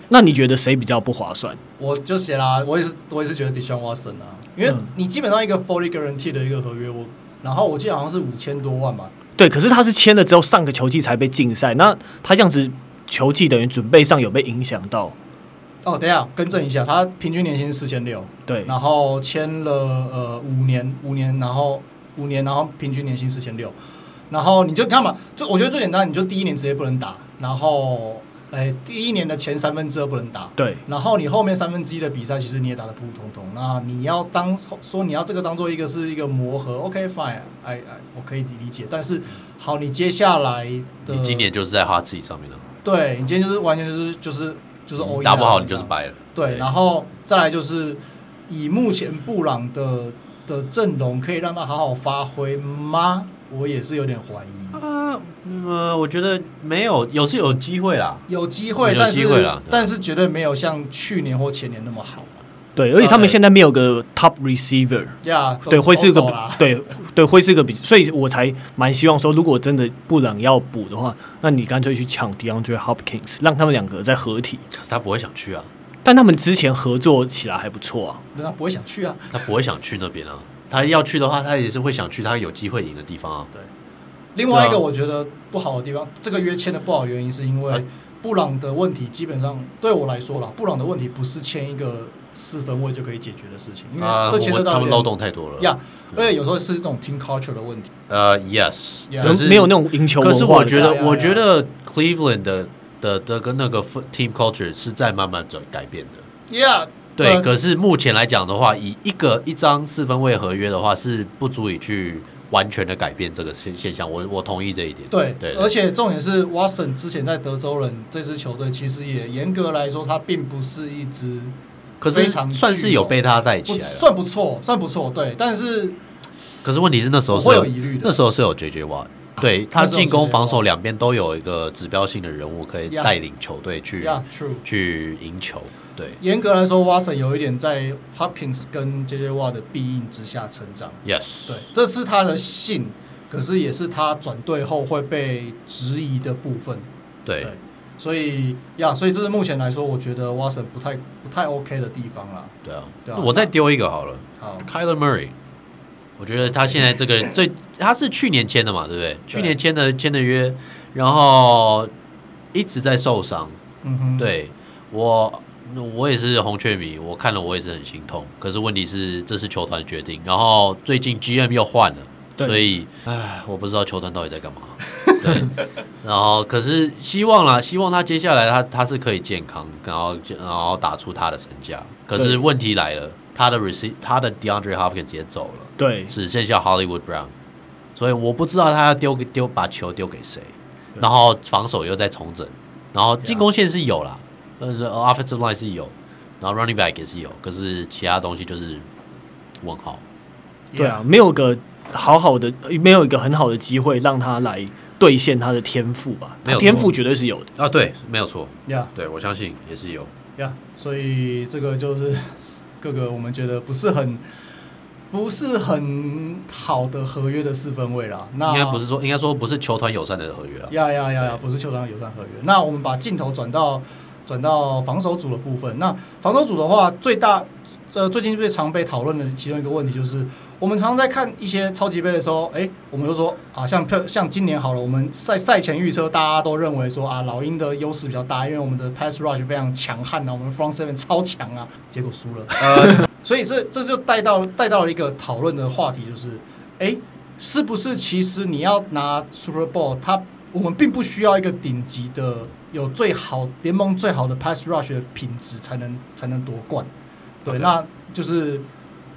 Speaker 2: 那你觉得谁比较不划算？
Speaker 1: 我就写啦，我也是我也是觉得 Deshaun Watson 啊，因为
Speaker 2: 嗯
Speaker 1: 你基本上一个 fully guarantee 的一个合约，我然后我记得好像是五千多万吧，
Speaker 2: 对，可是他是签了之后上个球季才被禁赛，那他这样子球季等于准备上有被影响到。
Speaker 1: 哦，等一下更正一下，他平均年薪四千六，
Speaker 2: 对，
Speaker 1: 然后签了呃五年，五年，然后五年，然后平均年薪四千六，然后你就看嘛，就我觉得最简单，你就第一年直接不能打，然后哎第一年的前三分之二不能打，
Speaker 2: 对，
Speaker 1: 然后你后面三分之一的比赛其实你也打得普普通通，那你要当说你要这个当做一个是一个磨合，OK fine，哎哎我可以理解，但是好你接下来的
Speaker 3: 你今年就是在 Hot Seat 上面了，
Speaker 1: 对你今天就是完全就是就是就是 all in 啊
Speaker 3: 嗯打不好
Speaker 1: 在
Speaker 3: 你就
Speaker 1: 身
Speaker 3: 是
Speaker 1: 上
Speaker 3: 白了。
Speaker 1: 对，然后再来就是以目前布朗的的阵容，可以让他好好发挥吗？我也是有点怀疑。
Speaker 3: 啊，呃，我觉得没有，有是有机会啦。
Speaker 1: 有机会，
Speaker 3: 有
Speaker 1: 但
Speaker 3: 机
Speaker 1: 是
Speaker 3: 会啦对啊
Speaker 1: 但是绝对没有像去年或前年那么好。
Speaker 2: 对，而且他们
Speaker 1: 对
Speaker 2: 现在没有个 top receiver，
Speaker 1: 呀，
Speaker 2: 对，会是一个
Speaker 1: 走啊啦。
Speaker 2: 对对，会是一个比，所以我才蛮希望说，如果真的布朗要补的话，那你干脆去抢 DeAndre Hopkins，让他们两个再合体。
Speaker 3: 可是他不会想去啊，
Speaker 2: 但他们之前合作起来还不错啊。
Speaker 1: 那他不会想去啊。
Speaker 3: 他不会想去那边啊。他要去的话，他也是会想去他有机会赢的地方啊。
Speaker 1: 另外一
Speaker 3: 对
Speaker 1: 个
Speaker 3: 啊
Speaker 1: 我觉得不好的地方，这个约签的不好的原因是因
Speaker 3: 啊
Speaker 1: 为布朗的问题，基本上对我来说啦，布朗的问题不是签一个四分位就可以解决的事情，因为
Speaker 3: 啊，
Speaker 1: 这牵
Speaker 3: 我
Speaker 1: 涉到
Speaker 3: 他们
Speaker 1: 有点
Speaker 3: 漏洞太多了。
Speaker 1: 呀，而且有时候是这种 team culture 的问题。
Speaker 3: 呃，yes，
Speaker 1: Yeah
Speaker 3: 可是
Speaker 2: 没有那种赢球文
Speaker 3: 可
Speaker 2: 化的
Speaker 3: 是
Speaker 2: 感。啊
Speaker 3: 我
Speaker 1: 呀
Speaker 3: 觉得，
Speaker 1: 呀
Speaker 3: 我
Speaker 1: 呀
Speaker 3: 觉得 Cleveland 的的的跟那个 fo- team culture 是在慢慢转改变的。
Speaker 1: Yeah，
Speaker 3: 对，
Speaker 1: 呃
Speaker 3: 可是目前来讲的话，以一个一张四分位合约的话，是不足以去完全的改变这个现现象。我我同意这一点。
Speaker 1: 对，
Speaker 3: 对，
Speaker 1: 而且重点是，Watson 之前在德州人这支球队，其实也严格来说，他并不是一支
Speaker 3: 可
Speaker 1: 非
Speaker 3: 是
Speaker 1: 常
Speaker 3: 算是有被他带
Speaker 1: 不
Speaker 3: 起来了。
Speaker 1: 算不错，算不错，对。但是
Speaker 3: 可是问题是那时
Speaker 1: 我
Speaker 3: 候是
Speaker 1: 会有
Speaker 3: 有
Speaker 1: 疑虑的。啊
Speaker 3: 那时候是有 JJ Watt，对他
Speaker 1: 那时候有
Speaker 3: 进攻、
Speaker 1: JJ
Speaker 3: 防守
Speaker 1: Watt
Speaker 3: 两边都有一个指标性的人物可以
Speaker 1: Yeah
Speaker 3: 带领球队去
Speaker 1: Yeah，true。
Speaker 3: 去赢球。对
Speaker 1: 严格来说，Watson 有一点在 Hopkins 跟 JJ Watt 的庇应之下成长，
Speaker 3: ，Yes，
Speaker 1: 对，这是他的幸，可是也是他转队后会被质疑的部分。
Speaker 3: 对
Speaker 1: 对所以呀，所以这是目前来说，我觉得 Watson 不太不太 OK 的地方啦。
Speaker 3: 对啊
Speaker 1: 对啊。
Speaker 3: 我再丢一个好了
Speaker 1: 好，
Speaker 3: ，Kyler Murray，我觉得他现在这 个最他是去年签的嘛，对不对？去年签的签的约，然后一直在受伤。
Speaker 1: 嗯哼，，
Speaker 3: 对我，我也是红雀迷，我看了我也是很心痛。可是问题是，这是球团决定，然后最近 GM 又换了，
Speaker 2: 对
Speaker 3: 所以唉，我不知道球团到底在干嘛。对， 然后可是希望啦，希望他接下来他他是可以健康，然后然后打出他的身价。可
Speaker 2: 对
Speaker 3: 是问题来了，他的 receive 他的 DeAndre Hopkins 也走了，
Speaker 2: 对
Speaker 3: 只剩下 Hollywood Brown，所以我不知道他要丢给丢把球丢给谁，然后防守又在重整，然后进攻线是有啦，呃，offensive line 是有，然后 running back 也是有，可是其他东西就是问号。
Speaker 2: 对啊，，没有个好好的，没有一个很好的机会让他来兑现他的天赋吧。
Speaker 3: 没
Speaker 2: 他
Speaker 3: 有错
Speaker 2: 天赋绝对是有的。
Speaker 3: 啊，对，没有错，
Speaker 1: 呀。
Speaker 3: 对我相信也是有。
Speaker 1: 呀所以这个就是 各个我们觉得不是很不是很好的合约的四分位啦。那
Speaker 3: 应该不是说，应该说不是球团友善的合约了。啊
Speaker 1: 呀呀呀呀，不是球场友善合约。那我们把镜头转到转到防守组的部分。那防守组的话，最大呃，最近最常被讨论的其中一个问题就是，我们常常在看一些超级杯的时候，哎、我们就说啊，像票像今年好了，我们赛赛前预测，大家都认为说啊，老鹰的优势比较大，因为我们的 pass rush 非常强悍啊，我们 front seven 超强啊，结果输了。
Speaker 3: 呃，
Speaker 1: 所以这这就带到带到了一个讨论的话题，就是，哎，是不是其实你要拿 Super Bowl，它我们并不需要一个顶级的、有最好联盟最好的 pass rush 的品质才能才能夺冠。对，
Speaker 3: OK
Speaker 1: 那就是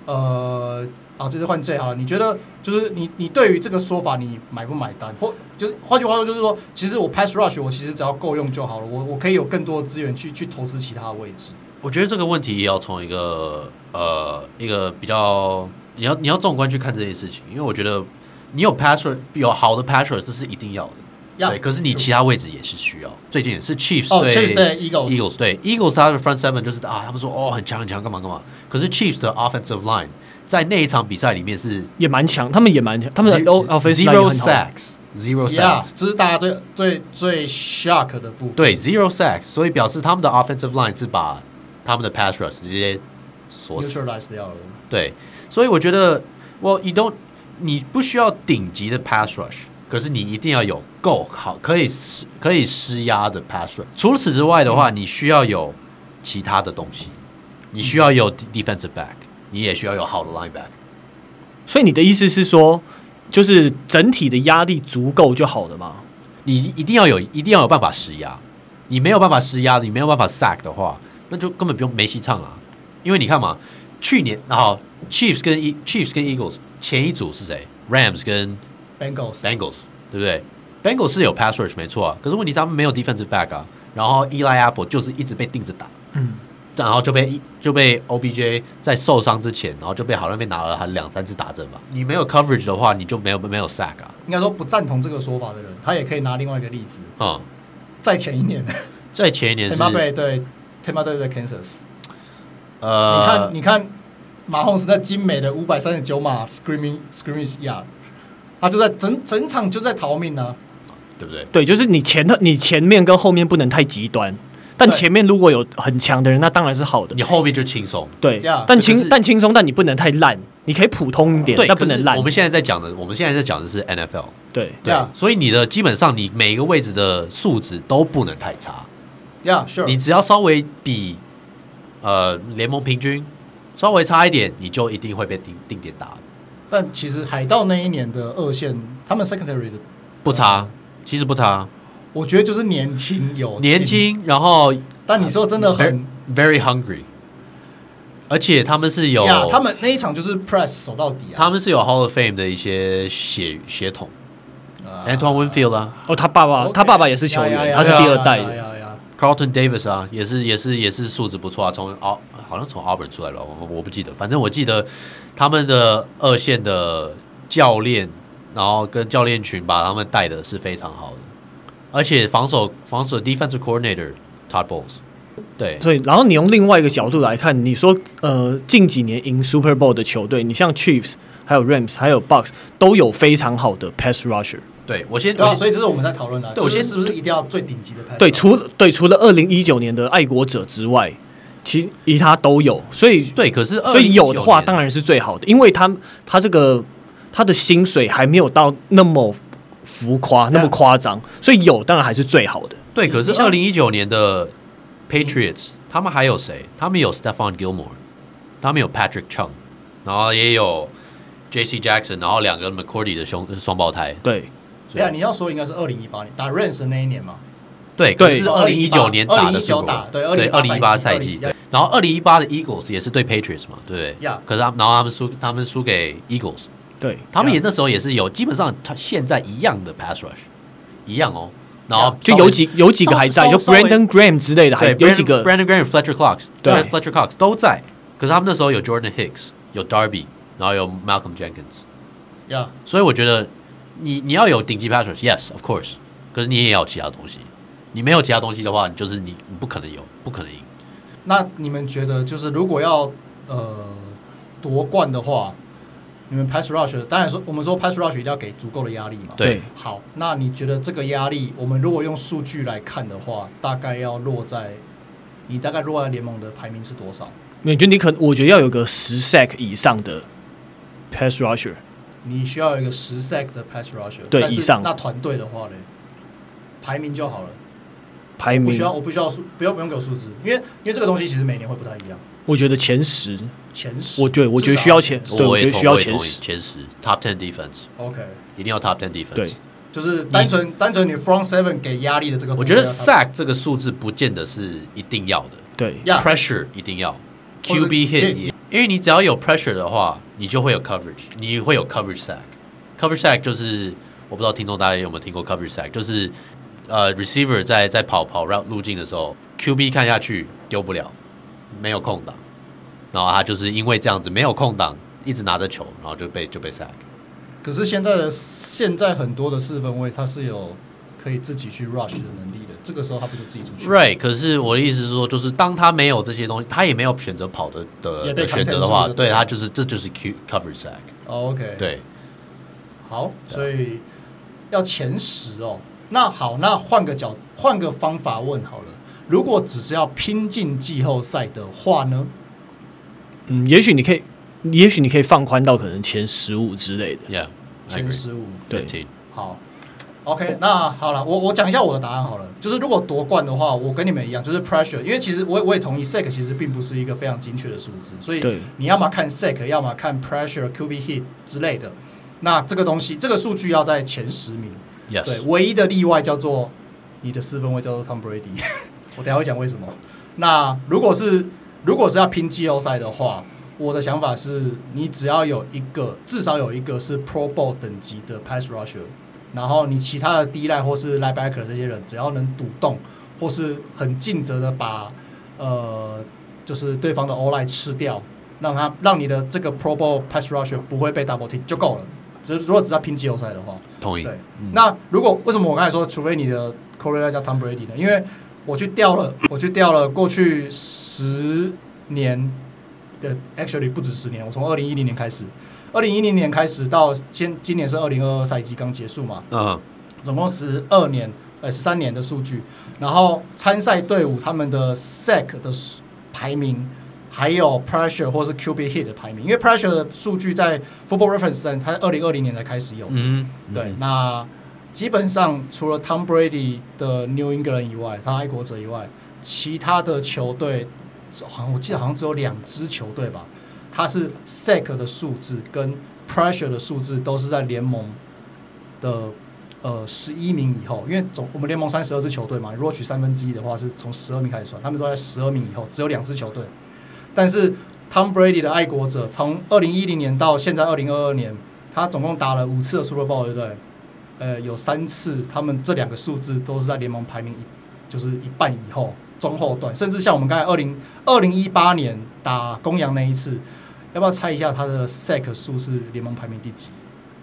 Speaker 1: 呃，啊，这次换 J 好了，你觉得就是你你对于这个说法你买不买单？或就是换句话说，就是说，其实我 pass rush 我其实只要够用就好了，我我可以有更多的资源去去投资其他的位置。
Speaker 3: 我觉得这个问题也要从一个呃一个比较，你要你要纵观去看这件事情，因为我觉得你有 passer 有好的 passer 这是一定要的。
Speaker 1: 呀
Speaker 3: 对，可是你其他位置也是需要。最近也是 Chiefs
Speaker 1: 哦
Speaker 3: 对
Speaker 1: Chiefs 对 Eagles
Speaker 3: Eagles 对 Eagles 他的 front seven 就是啊，他们说哦很强很强干嘛干嘛。可是 Chiefs 的 offensive line 在那一场比赛里面是
Speaker 2: 也蛮强，他们也蛮强，他们的 O offensive line 也
Speaker 3: zero
Speaker 2: 很好。
Speaker 3: sacks zero
Speaker 1: Yeah，
Speaker 3: sacks
Speaker 1: 这是大家最最最 shock 的部分。
Speaker 3: 对 zero sacks，所以表示他们的 offensive line 是把他们的 pass rush 直接锁死。
Speaker 1: ，neutralize 掉了。
Speaker 3: 对，所以我觉得，well you don't，你不需要顶级的 pass rush，可是你一定要有够好可以施可以施压的 pass rush。除此之外的话，你需要有其他的东西，你需要有 defensive back，你也需要有好的 lineback。
Speaker 2: 所以你的意思是说，就是整体的压力足够就好了嘛？
Speaker 3: 你一定要有，一定要有办法施压。你没有办法施压，你没有办法 sack 的话，那就根本不用没戏唱了。啊因为你看嘛，去年啊、好 Chiefs 跟 E Chiefs 跟 Eagles 前一组是谁？Rams 跟
Speaker 1: Bengals，
Speaker 3: Bengals，对不对？Bengals 是有 pass rush 没错、啊，可是问题是他们没有 defensive back 啊。然后 Eli Apple 就是一直被盯着打，
Speaker 2: 嗯，
Speaker 3: 然后就被就被 OBJ 在受伤之前，然后就被好像被拿了他两三次打针吧。你没有 coverage 的话，你就没有没有 sack 啊。
Speaker 1: 应该说不赞同这个说法的人，他也可以拿另外一个例子，
Speaker 3: 嗯，
Speaker 1: 在前一年
Speaker 3: 在前一年是
Speaker 1: ，Tampa Bay 对 Tampa Bay 对 Kansas，你
Speaker 3: 呃
Speaker 1: 看，你看马洪斯那精美的五百三十九码 screaming screaming yard，他就在整整场就在逃命啊。
Speaker 3: 对不对？
Speaker 2: 对，就是你前头你前面跟后面不能太极端，但
Speaker 1: 对
Speaker 2: 前面如果有很强的人，那当然是好的
Speaker 3: 你。后面就轻松。
Speaker 2: 对
Speaker 1: Yeah，
Speaker 2: 但
Speaker 3: 这个
Speaker 2: 轻
Speaker 3: 是
Speaker 2: 但轻松，但你不能太烂，你可以普通一点，但不
Speaker 3: 可
Speaker 2: 能
Speaker 3: 是
Speaker 2: 烂
Speaker 3: 我。们现在在讲的，我们现在在讲的是 NFL，
Speaker 2: 对，
Speaker 3: 对
Speaker 1: Yeah
Speaker 3: 所以你的基本上你每一个位置的素质都不能太差。你
Speaker 1: Yeah，sure，
Speaker 3: 只要稍微比呃联盟平均稍微差一点，你就一定会被定定点打，
Speaker 1: 但其实海盗那一年的二线，他们 secondary 的，
Speaker 3: 不差，其实不差，
Speaker 1: 我觉得就是年轻有
Speaker 3: 年
Speaker 1: 劲，
Speaker 3: 轻，然后
Speaker 1: 但你说真的很
Speaker 3: very very hungry，而且他们是有
Speaker 1: 呀，他们那一场就是 press 守到底啊。
Speaker 3: 他们是有 Hall of Fame 的一些血血统、
Speaker 1: 啊
Speaker 3: a n t o i n Winfield 啊
Speaker 2: 哦，他爸爸
Speaker 1: OK
Speaker 2: 他爸爸也是球
Speaker 1: 呀呀
Speaker 2: 员，
Speaker 1: 呀
Speaker 2: 他是第二代
Speaker 1: 呀
Speaker 2: 的。
Speaker 1: 呀呀呀
Speaker 3: Carlton Davis 啊，也是也是也是素质不错啊，从奥好像从 Auburn 出来了，我我不记得，反正我记得他们的二线的教练，然后跟教练群把他们带的是非常好的，而且防守防守 defensive coordinator Todd Bowles，对
Speaker 2: 所以，然后你用另外一个角度来看，你说，呃，近几年赢 Super Bowl 的球队，你像 Chiefs、还有 Rams、还有 Bucks 都有非常好的 pass rusher。
Speaker 3: 对，我先
Speaker 1: 对
Speaker 3: 我
Speaker 1: 啊，
Speaker 3: 先
Speaker 1: 所以这是我们在讨论的啊。
Speaker 3: 对我
Speaker 1: 就是
Speaker 3: 先
Speaker 1: 是不是一定要最顶级的拍手？啊
Speaker 2: 对，除对除了二零一九年的爱国者之外，其其他都有。所以，
Speaker 3: 对，可是
Speaker 2: 所以有的话当
Speaker 3: 然
Speaker 2: 然是最好的，因为他他这个他的薪水还没有到那么浮夸、那么夸张，所以有当然还是最好的。
Speaker 3: 对，可是
Speaker 1: 你
Speaker 3: 二
Speaker 1: 像
Speaker 3: 零一九年的 Patriots，他们还有谁？他们有 Stephon Gilmore，他们有 Patrick Chung，然后也有 J.C. Jackson，然后两个 McCourty 的兄双胞胎。
Speaker 2: 对，
Speaker 1: 对啊，你要说应该是二零一八年打 Rams 的那一年嘛。
Speaker 3: 对，可
Speaker 2: 对
Speaker 3: 是二零一九年打的
Speaker 1: 2019
Speaker 3: Super
Speaker 1: 打
Speaker 3: Bowl，
Speaker 1: 对
Speaker 3: 对，二零一
Speaker 1: 2018
Speaker 3: 八赛
Speaker 1: 赛季
Speaker 3: 季。对，然后二零一八的 Eagles 也是对 Patriots 嘛，对不对
Speaker 1: Yeah
Speaker 3: 可是他们，然后他们输，他们输给 Eagles，
Speaker 2: 对，
Speaker 3: 他们
Speaker 1: Yeah
Speaker 3: 也那时候也是有基本上他现在一样的 pass rush，一样哦。然后
Speaker 1: Yeah
Speaker 2: 就
Speaker 3: 稍
Speaker 2: 有
Speaker 3: 微
Speaker 2: 几有几个还在，
Speaker 3: 稍
Speaker 2: 就
Speaker 3: 稍微
Speaker 2: Brandon Graham 之类的，还
Speaker 3: 对，
Speaker 2: 有几个
Speaker 3: Brandon Graham、Fletcher Cox，
Speaker 2: 对
Speaker 3: Fletcher Cox 都在。可是他们那时候有 Jordan Hicks，有 Darby，然后有 Malcolm Jenkins，
Speaker 1: 呀，
Speaker 3: 所以我觉得你你要有顶级 passers，yes，of course，可是你也要有其他东西。你没有其他东西的话，你就是你你不可能有，不可能赢。
Speaker 1: 那你们觉得就是如果要呃夺冠的话，你们 pass rush 当然说我们说 pass rush 一定要给足够的压力嘛。
Speaker 3: 对，
Speaker 1: 好，那你觉得这个压力，我们如果用数据来看的话，大概要落在你大概落在联盟的排名是多少？
Speaker 2: 我觉得你可能，我觉得要有个十 sec 以上的 pass rusher，
Speaker 1: 你需要有一个十 sec 的 pass rusher，
Speaker 2: 对
Speaker 1: 但是
Speaker 2: 以上
Speaker 1: 那团队的话呢，排名就好了，
Speaker 2: 排
Speaker 1: 不
Speaker 2: 名
Speaker 1: 需要我不需要数，不要不用给我数字，因为因为这个东西其实每年会不太一样。
Speaker 2: 我觉得前十，
Speaker 1: 前十，
Speaker 2: 我对我觉得需要前
Speaker 1: 至少
Speaker 2: 对我
Speaker 3: 我
Speaker 2: 觉
Speaker 3: 也
Speaker 2: 得
Speaker 3: 同
Speaker 2: 需要
Speaker 3: 我也
Speaker 2: 前
Speaker 3: 同意
Speaker 2: 十
Speaker 3: 前十 top ten defense
Speaker 1: OK，
Speaker 3: 一定要 top ten defense。
Speaker 2: 对，
Speaker 1: 就是单纯单纯你 front seven 给压力的这个部
Speaker 3: 我
Speaker 1: 分
Speaker 3: 觉
Speaker 1: 要
Speaker 3: 得
Speaker 1: 他，
Speaker 3: sack 这个数字不见得是一定要的。
Speaker 2: 对
Speaker 1: Yeah
Speaker 3: pressure 一定要
Speaker 1: 或者
Speaker 3: ，QB hit
Speaker 1: 你
Speaker 3: 也，因为你只要有 pressure 的话，你就会有 coverage，你会有 coverage sack。coverage sack 就是我不知道听众大家有没有听过 coverage sack，就是呃 receiver 在在跑跑 route 路径的时候，QB 看下去丢不了，没有空档，然后他就是因为这样子没有空档，一直拿着球，然后就被就被 sack。
Speaker 1: 可是现在的现在很多的四分位它是有可以自己去 rush 的能力的，这个时候他不就自己出去
Speaker 3: Right，可是我的意思是说，就是当他没有这些东西，他也没有选择跑的
Speaker 1: 也
Speaker 3: 的
Speaker 1: 被
Speaker 3: 的选择的话，
Speaker 1: contain 住了
Speaker 3: 对他就是这就是 Q coverage sack，
Speaker 1: o k，
Speaker 3: 对。
Speaker 1: 好，所以要前十哦。那好，那换个角，换个方法问好了。如果只是要拼进季后赛的话呢？
Speaker 2: 嗯，也许你可以，也许你可以放宽到可能前十五之类的。
Speaker 3: Yeah，I
Speaker 1: 前
Speaker 3: agree.
Speaker 1: 十五，
Speaker 2: 对
Speaker 3: Fifteen.
Speaker 1: 好，OK，那好了，我我讲一下我的答案好了。就是如果夺冠的话，我跟你们一样，就是 pressure，因为其实我也我也同意 sec 其实并不是一个非常精确的数字，所以
Speaker 2: 对
Speaker 1: 你要么看 sec，要么看 pressure、QB hit 之类的。那这个东西，这个数据要在前十名。对，
Speaker 3: Yes，
Speaker 1: 唯一的例外叫做你的四分位叫做 Tom Brady，我等 一下会讲为什么。那如果是如果是要拼季后赛的话，我的想法是你只要有一个，至少有一个是 Pro Bowl 等级的 pass rusher，然后你其他的第一代或是 linebacker 这些人，只要能主动或是很尽责的把呃就是对方的 o l i 吃掉，让他让你的这个 Pro Bowl pass rusher 不会被 double tick 就够了。只如果只要拼季后赛的话，
Speaker 3: 同意。
Speaker 1: 对
Speaker 3: 嗯，
Speaker 1: 那如果为什么我刚才说，除非你的 Correa 叫 Tom Brady 呢？因为我去调了，我去调了过去十年的，actually 不止十年，我从二零一零年开始，二零一零年开始到今今年是二零二二赛季刚结束嘛，
Speaker 3: 嗯，
Speaker 1: 总共十二年呃十三年的数据，然后参赛队伍他们的 sack 的数排名，还有 pressure 或是 QB hit 的排名，因为 pressure 的数据在 Football Reference 上，它二零二零年才开始有，
Speaker 3: 嗯，
Speaker 1: 对，那基本上除了 Tom Brady 的 New England 以外，他爱国者以外，其他的球队好像我记得好像只有两支球队吧，它是 sack 的数字跟 pressure 的数字都是在联盟的呃十一名以后，因为总我们联盟三十二支球队嘛，如果取三分之一的话，是从十二名开始算，他们都在十二名以后，只有两支球队。但是 Tom Brady 的爱国者从二零一零年到现在二零二二年，他总共打了五次的 Super Bowl，对不对？呃，有三次他们这两个数字都是在联盟排名一，就是一半以后中后段，甚至像我们刚才二零二零一八年打公羊那一次，要不要猜一下他的 sack 数是联盟排名第几？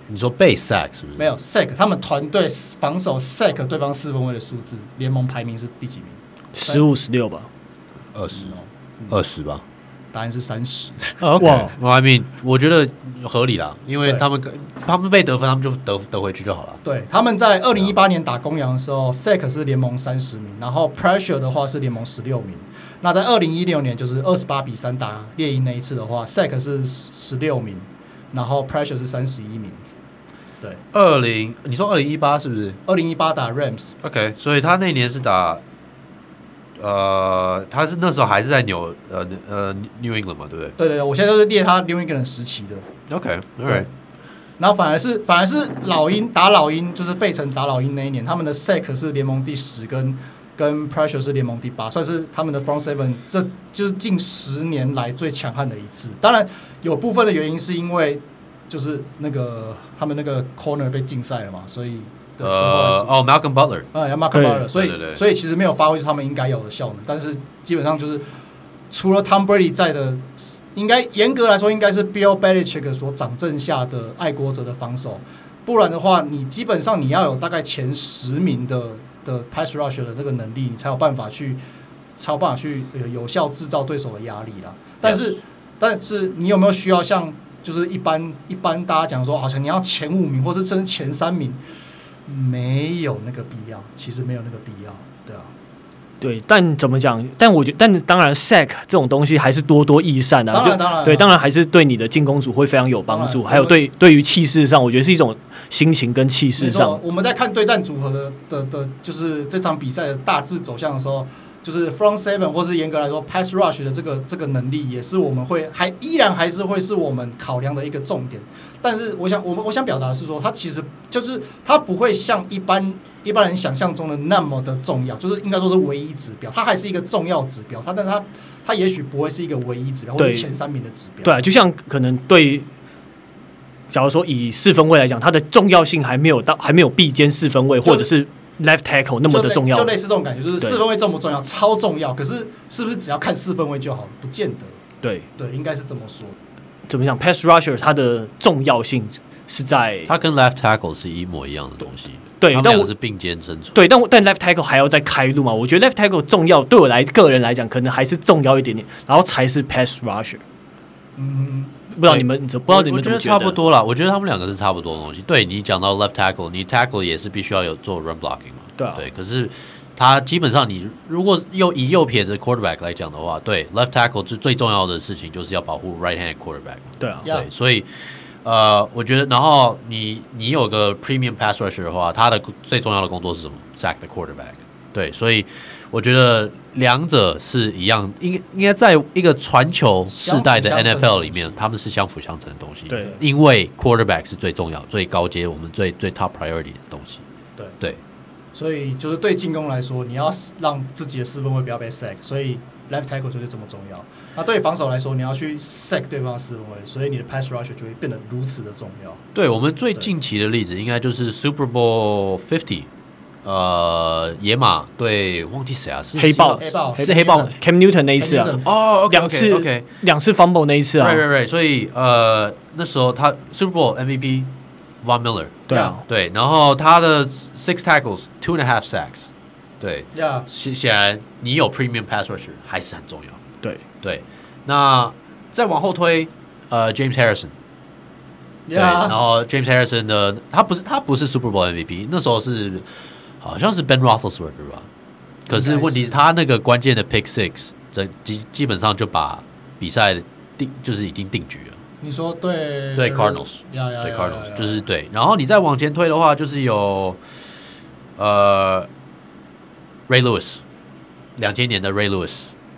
Speaker 3: 你说被 sack 是不是？
Speaker 1: 没有 sack，他们团队防守 sack 对方四分位的数字，联盟排名是第几名？
Speaker 2: 十五、十六吧。
Speaker 3: 二十，
Speaker 1: 哦，
Speaker 3: 二十吧。
Speaker 1: 答案是三十。
Speaker 3: 哦 OK，
Speaker 2: 哇
Speaker 3: 我 I mean，我觉得合理啦，因为
Speaker 1: 对
Speaker 3: 他们他们被得分，他们就得得回去就好了。
Speaker 1: 对，他们在二零一八年打公羊的时候，sack 是联盟三十名，然后 pressure 的话是联盟十六名。那在二零一六年就是二十八比三打猎鹰那一次的话，sack 是十六名，然后 pressure 是三十一名。对，
Speaker 3: 二零，你说二零一八是不是
Speaker 1: 二零一八打 Rams，
Speaker 3: ？OK，所以他那年是打，呃，他是那时候还是在纽呃呃 New England 嘛，对不
Speaker 1: 对对对，我现在都是列他 New England 时期的。
Speaker 3: 对？OK，
Speaker 1: 对然后反而是反而是老鹰打老鹰，就是费城打老鹰那一年，他们的 sack 是联盟第十，跟跟 pressure 是联盟第八，算是他们的 front seven 这就是近十年来最强悍的一次。当然有部分的原因是因为就是那个他们那个 corner 被禁赛了嘛，所以对，所以后来
Speaker 3: 呃，哦，Malcolm Butler，
Speaker 1: 啊，要 Mark
Speaker 2: 对
Speaker 1: Butler，所以
Speaker 3: 对对对
Speaker 1: 所以其实没有发挥出他们应该有的效能，但是基本上就是除了 Tom Brady 在的，应该严格来说应该是 Bill Belichick 所掌政下的爱国者的防守，不然的话，你基本上你要有大概前十名的的 pass rush 的那个能力，你才有办法去才有办法去呃有效制造对手的压力啦。但是但是你有没有需要像就是一般一般大家讲说，啊好像你要前五名或是甚至前三名，没有那个必要，其实没有那个必要，对啊。
Speaker 2: 对，但怎么讲？但我觉，但当然，sack 这种东西还是多多益善啊。
Speaker 1: 当然
Speaker 2: 就
Speaker 1: 当然
Speaker 2: 对，当然还是对你的进攻组会非常有帮助，
Speaker 1: 当然
Speaker 2: 还有对对于气势上，我觉得是一种心情跟气势
Speaker 1: 没
Speaker 2: 上
Speaker 1: 错，。我们在看对战组合的的的，就是这场比赛的大致走向的时候，就是 front seven 或是严格来说 pass rush 的这个这个能力，也是我们会还依然还是会是我们考量的一个重点。但是我想，我们我想表达的是说，它其实就是它不会像一般一般人想象中的那么的重要，就是应该说是唯一指标，它还是一个重要指标，它但它它也许不会是一个唯一指标，或者
Speaker 2: 对
Speaker 1: 前三名的指标。
Speaker 2: 对啊，就像可能对，假如说以四分位来讲，它的重要性还没有到，还没有臂肩四分位
Speaker 1: 就
Speaker 2: 或者是 left tackle 那
Speaker 1: 就
Speaker 2: 么
Speaker 1: 类
Speaker 2: 的重要
Speaker 1: 就。类似这种感觉，就是
Speaker 2: 对
Speaker 1: 四分位重不重要？超重要。可是是不是只要看四分位就好了？不见得。
Speaker 2: 对，
Speaker 1: 对，应该是这么说。
Speaker 2: 怎么讲？pass rusher 它的重要性是在
Speaker 3: 他跟 left tackle 是一模一样的东西，
Speaker 2: 对
Speaker 3: 他们
Speaker 2: 但
Speaker 3: 两个
Speaker 2: 我
Speaker 3: 是并肩生存。
Speaker 2: 对，但我但 left tackle 还要再开路嘛？我觉得 left tackle 重要，对我来个人来讲，可能还是重要一点点，然后才是 pass rusher。
Speaker 1: 嗯，
Speaker 2: 不知道你们，你知不知道你们怎么
Speaker 3: 我觉得差不多啦，我觉得他们两个是差不多的东西。对你讲到 left tackle，你 tackle 也是必须要有做 run blocking 嘛。
Speaker 2: 对啊
Speaker 3: 对，可是他基本上你如果又以右撇子 quarterback 来讲的话，对 left tackle 最最重要的事情就是要保护 right hand quarterback。
Speaker 2: 对啊，
Speaker 1: Yeah
Speaker 3: 对，所以呃，我觉得，然后你你有个 premium pass rusher 的话，他的最重要的工作是什么？sack the quarterback。对，所以我觉得两者是一样，应应该在一个传球世代的
Speaker 1: 相辅相成的
Speaker 3: NFL 里
Speaker 1: 东
Speaker 3: 面
Speaker 1: 西，
Speaker 3: 他们是相辅相成的东西。
Speaker 2: 对
Speaker 3: 因为 quarterback 是最重要、最高阶、我们最最 top priority 的东西。
Speaker 1: 对
Speaker 3: 对，
Speaker 1: 所以就是对进攻来说，你要让自己的四分位不要被 sack，所以 left tackle 就是这么重要。那对防守来说，你要去 sack 对方的四分位，所以你的 pass rush 就会变得如此的重要。
Speaker 3: 对我们最
Speaker 1: 对
Speaker 3: 近期的例子，应该就是 Super Bowl Fifty，呃，野马对忘记谁啊？是
Speaker 2: 黑豹
Speaker 1: 黑豹
Speaker 3: 是黑豹
Speaker 2: Cam Newton 那一次啊，
Speaker 1: Cam Newton
Speaker 3: 哦，OK，OK，OK，
Speaker 2: 两次
Speaker 3: OK。
Speaker 2: 两次 fumble 那一次啊
Speaker 3: right,，right, right. 所以呃，那时候他 Super Bowl MVP Von Miller，
Speaker 2: 对啊，
Speaker 3: 对，然后他的 six tackles, two and a half sacks，对，
Speaker 1: 呀，
Speaker 3: 显显然你有 premium pass rusher 还是很重要。
Speaker 2: 对啊
Speaker 3: 对，那再往后推，呃，James Harrison，对，然
Speaker 1: 呀，
Speaker 3: 后 James Harrison 的他不是他不是 Super Bowl MVP，那时候是好像是 Ben Roethlisberger 吧，可是
Speaker 1: 应该是
Speaker 3: 问题是他那个关键的 pick six，这基基本上就把比赛定就是已经定局了。
Speaker 1: 你说对
Speaker 3: 对 Cardinals
Speaker 1: 呀呀，
Speaker 3: 对
Speaker 1: 呀
Speaker 3: Cardinals
Speaker 1: 呀
Speaker 3: 就是对，然后你再往前推的话，就是有呃 Ray Lewis，两千年的 Ray Lewis，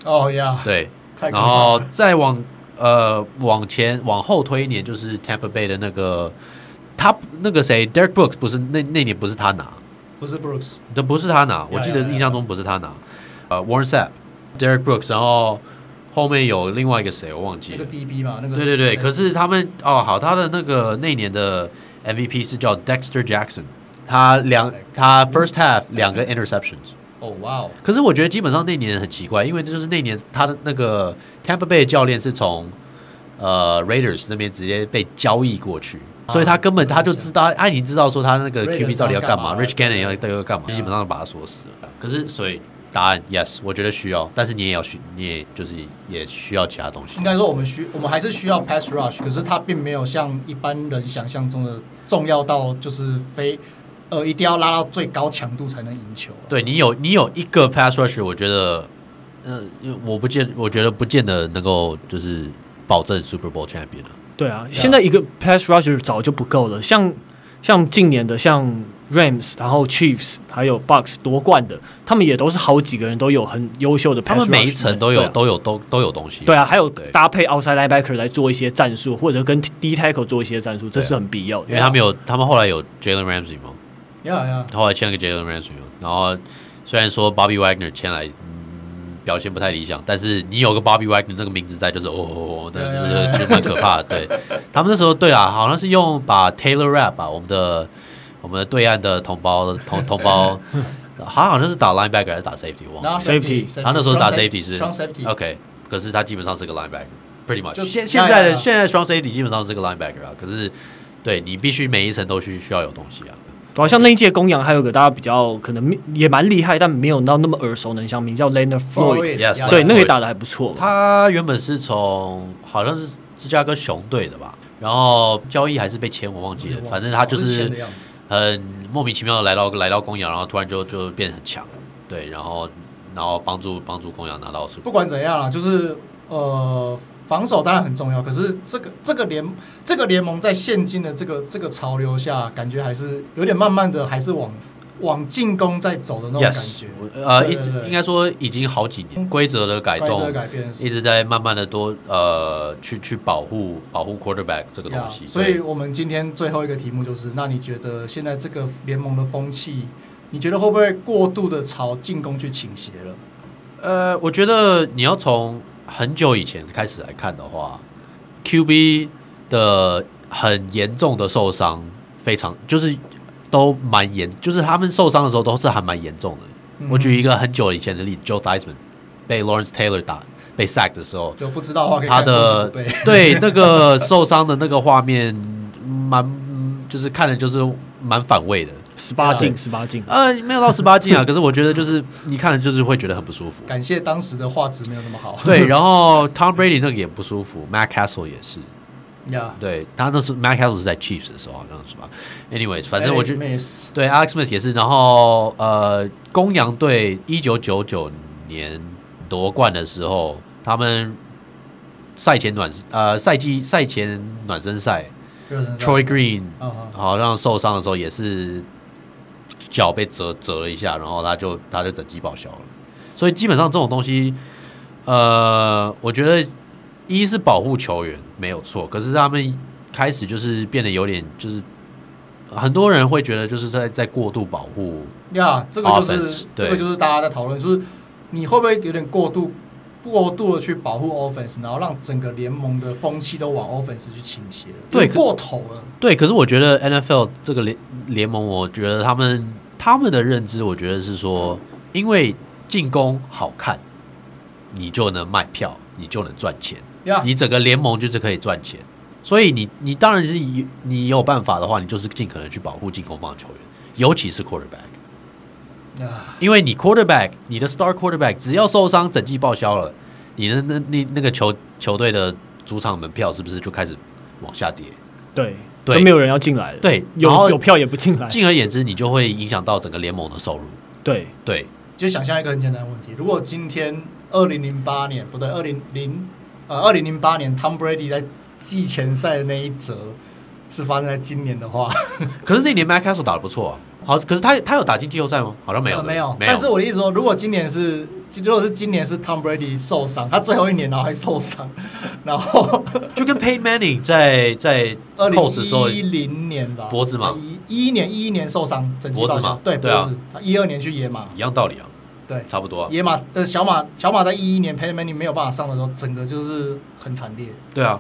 Speaker 1: 哦呀，
Speaker 3: 对，
Speaker 1: 太可
Speaker 3: 然
Speaker 1: 怕
Speaker 3: 后
Speaker 1: 了
Speaker 3: 再往呃往前往后推一年，就是 Tampa Bay 的那个他那个谁 Derek Brooks 不是那那年不是他拿，
Speaker 1: 不是 Brooks，
Speaker 3: 这不是他拿，我
Speaker 1: 呀
Speaker 3: 记得
Speaker 1: 呀呀
Speaker 3: 印象中不是他拿，呃 Warren Sapp、Derek Brooks，然后后面有另外一个谁我忘记
Speaker 1: 那
Speaker 3: 了
Speaker 1: 个，DB 嘛，那个
Speaker 3: 对对对，
Speaker 1: 谁
Speaker 3: 可是他们哦，好，他的那个那年的 MVP 是叫 Dexter Jackson，他两他 first half 两个 interceptions，
Speaker 1: 哦哇哦，
Speaker 3: 可是我觉得基本上那年很奇怪，因为就是那年他的那个 Tampa Bay 的教练是从呃 Raiders 那边直接被交易过去。
Speaker 1: 啊
Speaker 3: 所以他根本他就知道，他已经知道说他那个
Speaker 1: Raiders
Speaker 3: QB 到底要干
Speaker 1: 要干
Speaker 3: 嘛
Speaker 1: 嘛
Speaker 3: ，Rich Gannon 要要干嘛，基本上把他锁死了。可是所以答案 yes，我觉得需要，但是你也要需，你也就是也需要其他东西
Speaker 1: 应。该说我们需我们还是需要 pass rush，可是它并没有像一般人想象中的重要到就是非呃一定要拉到最高强度才能赢球、啊。
Speaker 3: 对你有你有一个 pass rush，我觉得，呃，我不见，我觉得不见得能够就是保证 Super Bowl champion 了。
Speaker 2: 对啊，现在一个 pass rusher 早就不够了，像像近年的像 Rams，然后 Chiefs，还有 Bucks 夺冠的，他们也都是好几个人都有很优秀的 pass
Speaker 3: 他
Speaker 2: rusher，
Speaker 3: 们每一层都
Speaker 2: 对
Speaker 3: 有
Speaker 2: 啊
Speaker 3: 都有都都有东西。
Speaker 2: 对啊，还有
Speaker 3: 对
Speaker 2: 搭配 outside linebacker 来做一些战术，或者跟 D tackle 做一些战术，这是
Speaker 3: 对啊
Speaker 2: 很必要的。
Speaker 3: 因为他们有，他们后来有 Jalen Ramsey 嘛，
Speaker 1: 呀呀，
Speaker 3: 后来签了个 Jalen Ramsey 嘛，然后虽然说 Bobby Wagner 签来，嗯，表现不太理想，但是你有个 Bobby Wagner 那个名字在，就是哦哦哦，那
Speaker 1: 对
Speaker 3: 就是就蛮 可怕的。对，他们那时候对啊，好像是用把 Taylor Rapp 吧，我们的我们的对岸的同胞同同胞， 好像好像是打 linebacker 还是打 safety，我忘
Speaker 1: 然
Speaker 3: 了。
Speaker 1: 后
Speaker 2: Safety，
Speaker 1: safety，
Speaker 3: 他那时候打
Speaker 1: strong
Speaker 3: safety 是哦
Speaker 1: 双 safety，
Speaker 3: OK，可是他基本上是个 linebacker，pretty much
Speaker 1: 就
Speaker 3: 现。现
Speaker 1: 加
Speaker 3: 在
Speaker 1: 呀
Speaker 3: 的现在的双 safety 基本上是个 linebacker 啊，可是对你必须每一层都需需要有东西啊。
Speaker 2: 对啊，像那一届公羊还有个大家比较可能没也蛮厉害，但没有到那么耳熟能详，名叫 Leonard Floyd，
Speaker 1: Floyd，呀
Speaker 3: Yes，
Speaker 1: 呀
Speaker 2: 对，
Speaker 3: Leonard
Speaker 2: 那个也
Speaker 3: Floyd
Speaker 2: 打的还不错。
Speaker 3: 他原本是从好像是芝加哥熊队的吧，然后交易还是被签，我忘记了。反正他就
Speaker 1: 好之前
Speaker 3: 是
Speaker 1: 的样子。
Speaker 3: 很莫名其妙的来到来到公羊，然后突然就就变得很强，对，然后然后帮助帮助公羊拿到数
Speaker 1: 不管怎样啦，就是呃，防守当然很重要，可是这个这个联这个联盟在现今的这个这个潮流下，感觉还是有点慢慢的还是往往进攻在走的那种感
Speaker 3: Yes，
Speaker 1: 觉。
Speaker 3: 呃，
Speaker 1: 对
Speaker 3: 一
Speaker 1: 对
Speaker 3: 直
Speaker 1: 对
Speaker 3: 应该说已经好几年规则的改
Speaker 1: 关于这
Speaker 3: 动
Speaker 1: 个，改变是
Speaker 3: 一直在慢慢的多呃去去保护保护 quarterback 这个东西。
Speaker 1: Yeah，所以我们今天最后一个题目就是，那你觉得现在这个联盟的风气，你觉得会不会过度的朝进攻去倾斜了？
Speaker 3: 呃，我觉得你要从很久以前开始来看的话，QB 的很严重的受伤，非常就是都蛮严，就是他们受伤的时候都是还蛮严重的。
Speaker 1: 嗯
Speaker 3: 我举一个很久以前的例子，Joe Theismann 被 Lawrence Taylor 打被 sack 的时候，
Speaker 1: 就不知道的话可以
Speaker 3: 他
Speaker 1: 看攻
Speaker 3: 的
Speaker 1: 击不备，
Speaker 3: 对那个受伤的那个画面，蛮嗯就是看了就是蛮反胃的。
Speaker 2: 十八
Speaker 1: 对
Speaker 2: 进，十八进，
Speaker 3: 呃，没有到十八禁 啊，可是我觉得就是你看了就是会觉得很不舒服。
Speaker 1: 感谢当时的画质没有那么 好。
Speaker 3: 对，然后 Tom Brady 那个也不舒服，Matt Castle 也是，
Speaker 1: 呀，
Speaker 3: 对他那是 Matt Castle 是在 Chiefs 的时候好像是吧？Anyways，反正我觉得
Speaker 1: Alex Smith
Speaker 3: 对 Alex Smith 也是，然后呃，公羊队一九九九年夺冠的时候，他们赛前暖呃赛季赛前暖身赛
Speaker 1: 热身赛
Speaker 3: ，Troy Green
Speaker 1: 啊啊
Speaker 3: 好像受伤的时候也是脚被折折了一下，然后他就他就整机报销了。所以基本上这种东西，呃，我觉得一是保护球员没有错，可是他们开始就是变得有点就是。很多人会觉得就是在在过度保护，
Speaker 1: 呀这个就是
Speaker 3: Offense，
Speaker 1: 这
Speaker 3: 对
Speaker 1: 个就是大家在讨论，就是你会不会有点过度过度的去保护 offense，然后让整个联盟的风气都往 offense 去倾斜了，
Speaker 3: 对
Speaker 1: 有点过头了。
Speaker 3: 对。可是我觉得 NFL 这个联联盟，我觉得他们他们的认知，我觉得是说，因为进攻好看，你就能卖票，你就能赚钱。
Speaker 1: 呀，
Speaker 3: 你整个联盟就是可以赚钱，所以你你当然是以你有办法的话，你就是尽可能去保护进攻方的球员，尤其是 quarterback，
Speaker 1: 呀
Speaker 3: 因为你 quarterback 你的 star quarterback 只要受伤，整季报销了，你的那那那个球球队的主场门票是不是就开始往下跌？
Speaker 2: 对，
Speaker 3: 对
Speaker 2: 都没有人要进来了，
Speaker 3: 对
Speaker 2: 有
Speaker 3: 然后
Speaker 2: 有票也不进
Speaker 1: 哎
Speaker 2: 来，
Speaker 3: 进而言之，你就会影响到整个联盟的收入。
Speaker 2: 对，
Speaker 3: 对，
Speaker 1: 就想象一个很简单的问题：如果今天二零零八年不对，二零零呃二零零八年 Tom Brady 在季前赛的那一折是发生在今年的话，
Speaker 3: 可是那年 Mac Castle 打的不错啊，好，可是他他有打进季后赛吗？好像没有，
Speaker 1: 呃没有。
Speaker 3: 没有。
Speaker 1: 但是我的意思说，如果今年是如果是今年是 Tom Brady 受伤，他最后一年然后还受伤， 然后
Speaker 3: 就跟 Pay Manning 在在
Speaker 1: 二
Speaker 3: Colts 的时候
Speaker 1: 零一零年吧，
Speaker 3: 脖子嘛
Speaker 1: 一一一年一一年受伤，整季
Speaker 3: 脖子
Speaker 1: 报销
Speaker 3: 嘛，
Speaker 1: 对
Speaker 3: 对啊
Speaker 1: 脖子，他一二年去野马，
Speaker 3: 一样道理啊，
Speaker 1: 对。
Speaker 3: 差不多啊。
Speaker 1: 野马呃，小马小马在一一年 p a y m a n 没有办法上的时候，整个就是很惨烈。
Speaker 3: 对啊，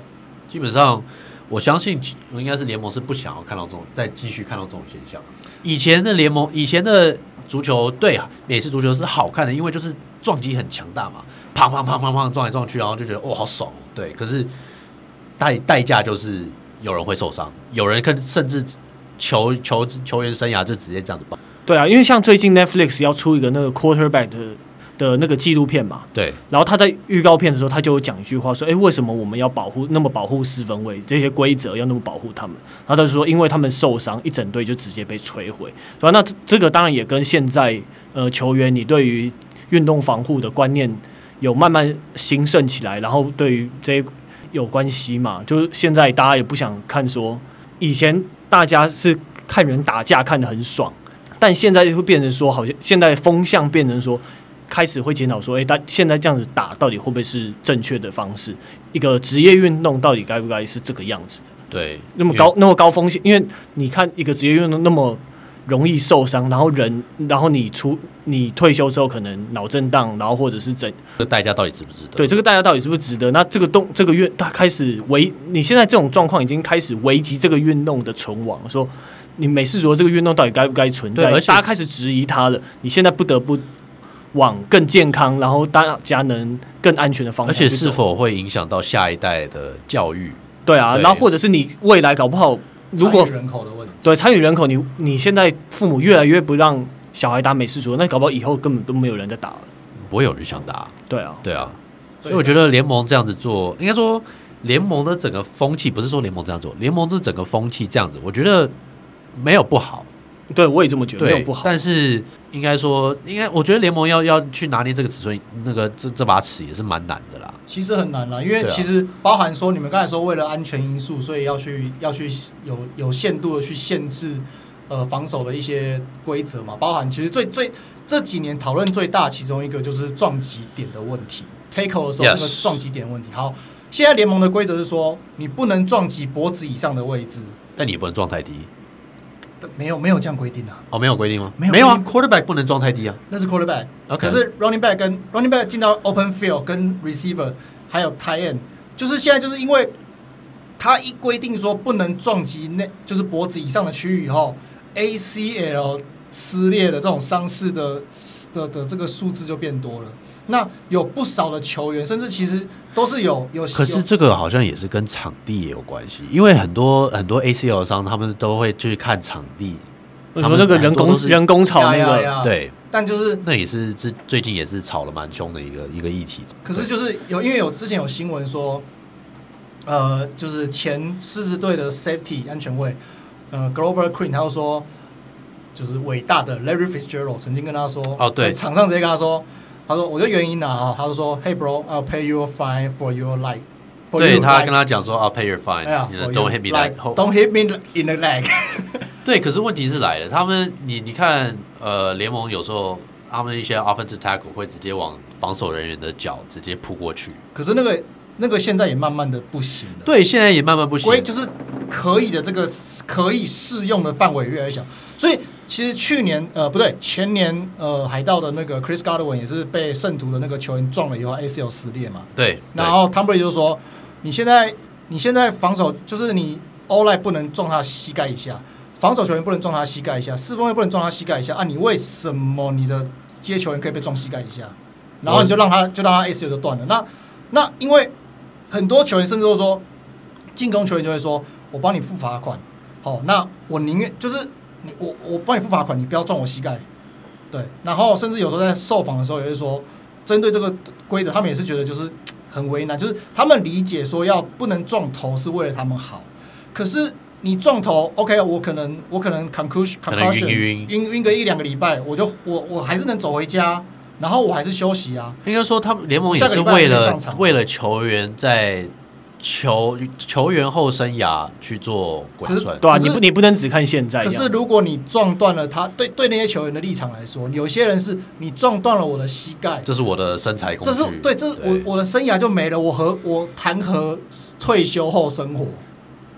Speaker 3: 基本上我相信应该是联盟是不想要看到这种再继续看到这种现象。以前的联盟，以前的足球对啊，美式足球是好看的，因为就是撞击很强大嘛，砰砰砰砰砰撞来撞去，然后就觉得哦好爽哦，对。可是代代价就是有人会受伤，有人更甚至球球球员生涯就直接这样子爆。
Speaker 2: 对啊，因为像最近 Netflix 要出一个那个 quarterback 的的那个纪录片嘛，
Speaker 3: 对
Speaker 2: 然后他在预告片的时候，他就有讲一句话说：“哎，为什么我们要保护那么保护四分卫这些规则要那么保护他们？”然后他就说：“因为他们受伤，一整队就直接被摧毁。”对吧？那这这个当然也跟现在呃球员你对于运动防护的观念有慢慢兴盛起来，然后对于这些有关系嘛。就是现在大家也不想看说，以前大家是看人打架看得很爽，但现在就会变成说，好像现在风向变成说。开始会检讨说，哎、大现在这样子打到底会不会是正确的方式？一个职业运动到底该不该是这个样子？
Speaker 3: 对，
Speaker 2: 那么高那么高风险，因为你看一个职业运动那么容易受伤，然后人，然后你出你退休之后可能脑震荡，然后或者是整
Speaker 3: 这代价到底值不值得？
Speaker 2: 对这个大家到底是不是值得？那这个动这个运，它开始危，你现在这种状况已经开始危及这个运动的存亡，说你美式足球这个运动到底该不该存在
Speaker 3: 对而？且
Speaker 2: 大家开始质疑它了，你现在不得不往更健康，然后大家能更安全的方
Speaker 3: 而
Speaker 2: 向
Speaker 3: 且
Speaker 2: 去
Speaker 3: 是
Speaker 2: 走。
Speaker 3: 否会影响到下一代的教育？
Speaker 2: 对啊，
Speaker 3: 对
Speaker 2: 然后或者是你未来搞不好，如果
Speaker 1: 参与人口的问题，
Speaker 2: 对，参与人口你，你现在父母越来越不让小孩打美式足球，那搞不好以后根本都没有人在打了。
Speaker 3: 不会有人想打、
Speaker 2: 对啊，
Speaker 3: 对啊，
Speaker 1: 对
Speaker 3: 所以我觉得联盟这样子做，应该说联盟的整个风气，不是说联盟这样做，联盟这整个风气这样子，我觉得没有不好，
Speaker 2: 对我也这么觉得，没有
Speaker 3: 对
Speaker 2: 不，好。
Speaker 3: 但是应该说，应该我觉得联盟要要去拿捏这个尺寸，那个这这把尺也是蛮难的啦。
Speaker 1: 其实很难啦，因为
Speaker 3: 对啊
Speaker 1: 其实包含说你们刚才说为了安全因素，所以要去要去有有限度的去限制呃防守的一些规则嘛，包含其实最最这几年讨论最大其中一个就是撞击点的问题，tackle 的时候
Speaker 3: Yes
Speaker 1: 那个撞击点的问题。好，现在联盟的规则是说你不能撞击脖子以上的位置，
Speaker 3: 但你也不能撞太低
Speaker 1: 但没有没有这样规定啊，
Speaker 3: 哦，没有规定吗？
Speaker 1: 没有
Speaker 3: 啊
Speaker 1: 规
Speaker 3: ，quarterback 不能撞太低啊。
Speaker 1: 那是 quarterback。可
Speaker 3: OK，
Speaker 1: 是 running back 跟 running back 进到 open field 跟 receiver 还有 tight end，就是现在就是因为他一规定说不能撞击那就是脖子以上的区域以后，ACL 撕裂的这种伤势的的的这个数字就变多了。那有不少的球员，甚至其实都是有有
Speaker 3: 可是
Speaker 1: 有
Speaker 3: 这个好像也是跟场地也有关系，因为很多很多 ACL 伤，他们都会去看场地。
Speaker 2: 我
Speaker 3: 他
Speaker 2: 们
Speaker 3: 们
Speaker 2: 那个人
Speaker 3: 很多
Speaker 2: 工
Speaker 3: 都是
Speaker 2: 人工草
Speaker 1: 呀
Speaker 2: 那
Speaker 1: 呀
Speaker 2: 个，
Speaker 1: 呀
Speaker 3: 对，
Speaker 1: 但就是
Speaker 3: 那也是最最近也是吵了蛮凶的一个一个议题。
Speaker 1: 可是就是有，因为有之前有新闻说，呃，就是前狮子队的 safety 安全卫，呃，Glover Queen，他就说，就是伟大的 Larry Fitzgerald 曾经跟他说，
Speaker 3: 哦对
Speaker 1: 在场上直接跟他说，他说我就原因啊，哦他就说，Hey bro，I'll pay you a fine for your life。
Speaker 3: 对他跟他讲说啊，pay your
Speaker 1: 哎呀
Speaker 3: fine，you know,
Speaker 1: ，don't
Speaker 3: ，don't hit me
Speaker 1: like,
Speaker 3: that hole。
Speaker 1: don't hit me in the leg。
Speaker 3: 对，可是问题是来了，他们你你看，呃，联盟有时候他们一些 offensive tackle 会直接往防守人员的脚直接扑过去。
Speaker 1: 可是那个那个现在也慢慢的不行了。
Speaker 3: 对，现在也慢慢不行
Speaker 1: 规。就是可以的这个可以适用的范围越来越小，所以其实去年呃不对前年呃海盗的那个 Chris Godwin 也是被圣徒的那个球员撞了以后 ACL 撕裂嘛，
Speaker 3: 对，
Speaker 1: 然后 Tom Brady 就说你现在你现在防守就是你 o l i E 不能撞他膝盖以下，防守球员不能撞他膝盖以下，四分卫不能撞他膝盖以下啊，你为什么你的接球员可以被撞膝盖以下？然后你就让他就让他 ACL 就断了。那那因为很多球员甚至都说，进攻球员就会说，我帮你付罚款，好、那我宁愿就是你我我帮你付罚款，你不要撞我膝盖。对，然后甚至有时候在受访的时候也会说，针对这个规则，他们也是觉得就是很为难，就是他们理解说要不能撞头是为了他们好，可是你撞头，OK，我可能我可能 concussion
Speaker 3: 可能
Speaker 1: concussion
Speaker 3: 晕一晕
Speaker 1: 晕晕个一两个礼拜，我就我我还是能走回家，然后我还是休息啊。
Speaker 3: 应该说，他们联盟也
Speaker 1: 下个
Speaker 3: 是
Speaker 1: 礼拜
Speaker 3: 为
Speaker 1: 就可以
Speaker 3: 了
Speaker 1: 上场了
Speaker 3: 为了球员在球球员后生涯去做管
Speaker 1: 可是
Speaker 3: 算。
Speaker 2: 对啊，
Speaker 1: 可是
Speaker 2: 你不你不能只看现在
Speaker 1: 可
Speaker 2: 这
Speaker 1: 是
Speaker 2: 样。
Speaker 1: 如果你撞断了他，对对那些球员的立场来说，有些人是你撞断了我的膝盖，
Speaker 3: 这是我的身材工具。
Speaker 1: 这是对，这是我我的生涯就没了，我和我谈何退休后生活？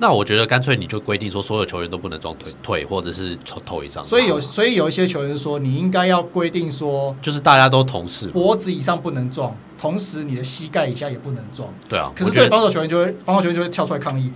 Speaker 3: 那我觉得干脆你就规定说，所有球员都不能撞腿腿或者是头头以上。
Speaker 1: 所以有所以有一些球员说，你应该要规定说
Speaker 3: 就是大家都同事嘛，
Speaker 1: 脖子以上不能撞，同时你的膝盖以下也不能撞。
Speaker 3: 对啊。
Speaker 1: 可是
Speaker 3: 我觉
Speaker 1: 对
Speaker 3: 得
Speaker 1: 防守球员就会，防守球员就会跳出来抗议，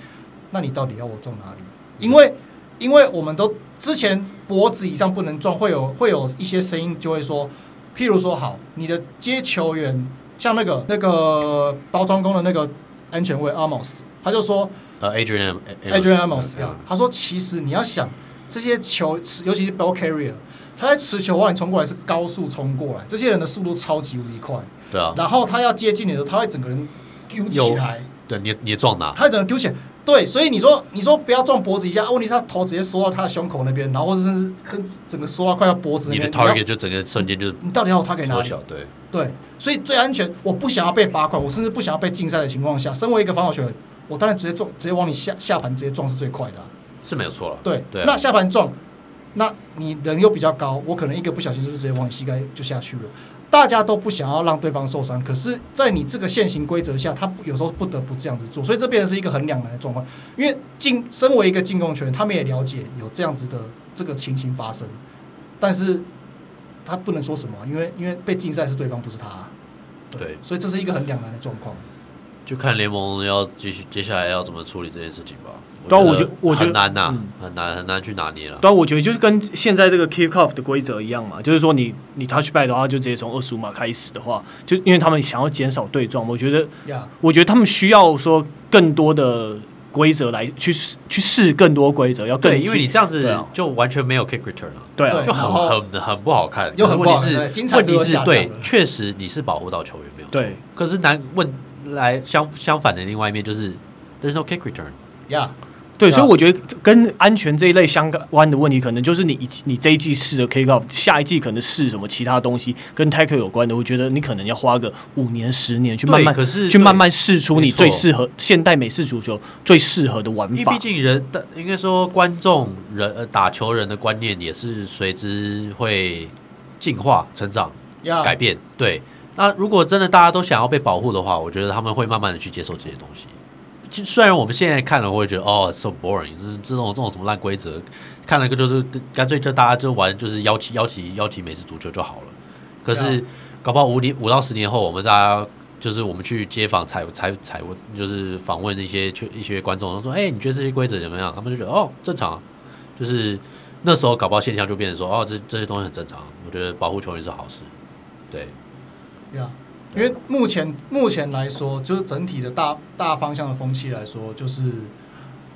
Speaker 1: 那你到底要我撞哪里？因为因为我们都之前脖子以上不能撞，会有会有一些声音就会说，譬如说好，你的接球员像那个那个包装工的那个安全卫 Amos，他就说
Speaker 3: 呃，Adrian Am-
Speaker 1: Adrian Amos，
Speaker 3: 嗯
Speaker 1: 他说其实你要想这些球，尤其是 ball carrier，他在持球往你冲过来是高速冲过来，这些人的速度超级无敌快，
Speaker 3: 对啊，
Speaker 1: 然后他要接近你的时候，他会整个人丢起
Speaker 3: 有
Speaker 1: 来。
Speaker 3: 对你你撞哪？
Speaker 1: 他整个丢起来。对，所以你说你说不要撞脖子一下，啊问题是他头直接缩到他的胸口那边，然后或者甚至跟整个缩到快要脖子那
Speaker 3: 你的
Speaker 1: 边。你要
Speaker 3: target 就整个瞬间就
Speaker 1: 你到底要他给哪
Speaker 3: 缩
Speaker 1: 里
Speaker 3: 小，？对，
Speaker 1: 对，所以最安全，我不想要被罚款，我甚至不想要被禁赛的情况下，身为一个防守球员，我当然直接撞，直接往你下下盘直接撞是最快的啊、
Speaker 3: 是没有错了。
Speaker 1: 对，
Speaker 3: 对啊
Speaker 1: 那下盘撞，那你人又比较高，我可能一个不小心就是直接往你膝盖就下去了。大家都不想要让对方受伤，可是，在你这个现行规则下，他不有时候不得不这样子做，所以这变成是一个很两难的状况。因为进身为一个进攻球员，他们也了解有这样子的这个情形发生，但是他不能说什么，因为因为被禁赛是对方，不是他啊、
Speaker 3: 对
Speaker 1: 所以这是一个很两难的状况。
Speaker 3: 就看联盟要继续接下来要怎么处理这件事情吧。
Speaker 2: 对啊我觉我觉
Speaker 3: 很
Speaker 2: 得
Speaker 3: 难呐
Speaker 2: 嗯，
Speaker 3: 很难很难去拿捏了。
Speaker 2: 对啊，我觉得就是跟现在这个 kickoff 的规则一样嘛，就是说你你 touchback 的话，就直接从二十五码开始的话，就因为他们想要减少对撞，我觉得
Speaker 1: 呀、
Speaker 2: 我觉得他们需要说更多的规则来去试去试更多规则，要更
Speaker 3: 对，因为你这样
Speaker 2: 对
Speaker 3: 子
Speaker 2: 啊
Speaker 3: 就完全没有 kick return 了。
Speaker 2: 对啊
Speaker 1: 对
Speaker 3: 就
Speaker 1: 然
Speaker 3: 很
Speaker 1: 后
Speaker 3: 很很不好看，
Speaker 1: 又很不好看
Speaker 3: 问
Speaker 1: 对
Speaker 3: 题
Speaker 1: 精
Speaker 3: 是
Speaker 1: 彩
Speaker 3: 问
Speaker 1: 度
Speaker 3: 题
Speaker 1: 又
Speaker 3: 是
Speaker 1: 下降
Speaker 3: 对
Speaker 1: 了，
Speaker 3: 确实你是保护到球员没有错，
Speaker 2: 对
Speaker 3: 可是难问来相相反的另外一面就是 there's no kick return，
Speaker 1: 呀
Speaker 2: 对，
Speaker 1: 对啊
Speaker 2: 所以我觉得跟安全这一类相关的问题，可能就是你一季你这一季试了 K 告，下一季可能试什么其他东西跟 Tackle 有关的，我觉得你可能要花个五年、十年去慢慢
Speaker 3: 对可是
Speaker 2: 去慢慢试出
Speaker 3: 没
Speaker 2: 你
Speaker 3: 错
Speaker 2: 最适合现代美式足球最适合的玩
Speaker 3: 因为
Speaker 2: 法
Speaker 3: 毕。竟人的应该说观众人呃打球人的观念也是随之会进化、成长、
Speaker 1: 呀
Speaker 3: 改变。对，那如果真的大家都想要被保护的话，我觉得他们会慢慢的去接受这些东西。其虽然我们现在看了会觉得哦，so boring，这这种这种什么烂规则，看了个就是干脆就大家就玩就是邀请邀请邀请美式足球就好了。可
Speaker 1: 对
Speaker 2: 啊
Speaker 3: 是搞不好五年五到十年后，我们大家就是我们去街访采采采问，就是访问一些一些观众，说：“哎、你觉得这些规则怎么样？”他们就觉得：“哦，正常啊。”就是那时候搞不好现象就变成说：“哦，这这些东西很正常。”我觉得保护球员是好事。对，
Speaker 1: 呀因为目前目前来说，就是整体的大大方向的风气来说，就是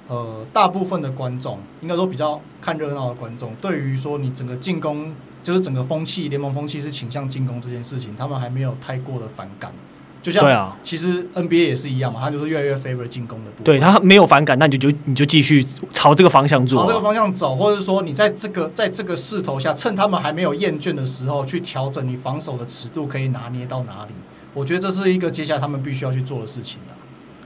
Speaker 1: 呃，大部分的观众应该说比较看热闹的观众，对于说你整个进攻，就是整个风气，联盟风气是倾向进攻这件事情，他们还没有太过的反感。就
Speaker 2: 对
Speaker 1: 像
Speaker 2: 啊，
Speaker 1: 其实 NBA 也是一样嘛，它就是越来越 favor 进攻的部分。
Speaker 2: 对他没有反感，那你就就你就继续朝这个方向做
Speaker 1: 朝
Speaker 2: 啊、
Speaker 1: 这个方向走，或者说你在这个在这个势头下，趁他们还没有厌倦的时候，去调整你防守的尺度，可以拿捏到哪里？我觉得这是一个接下来他们必须要去做的事情了。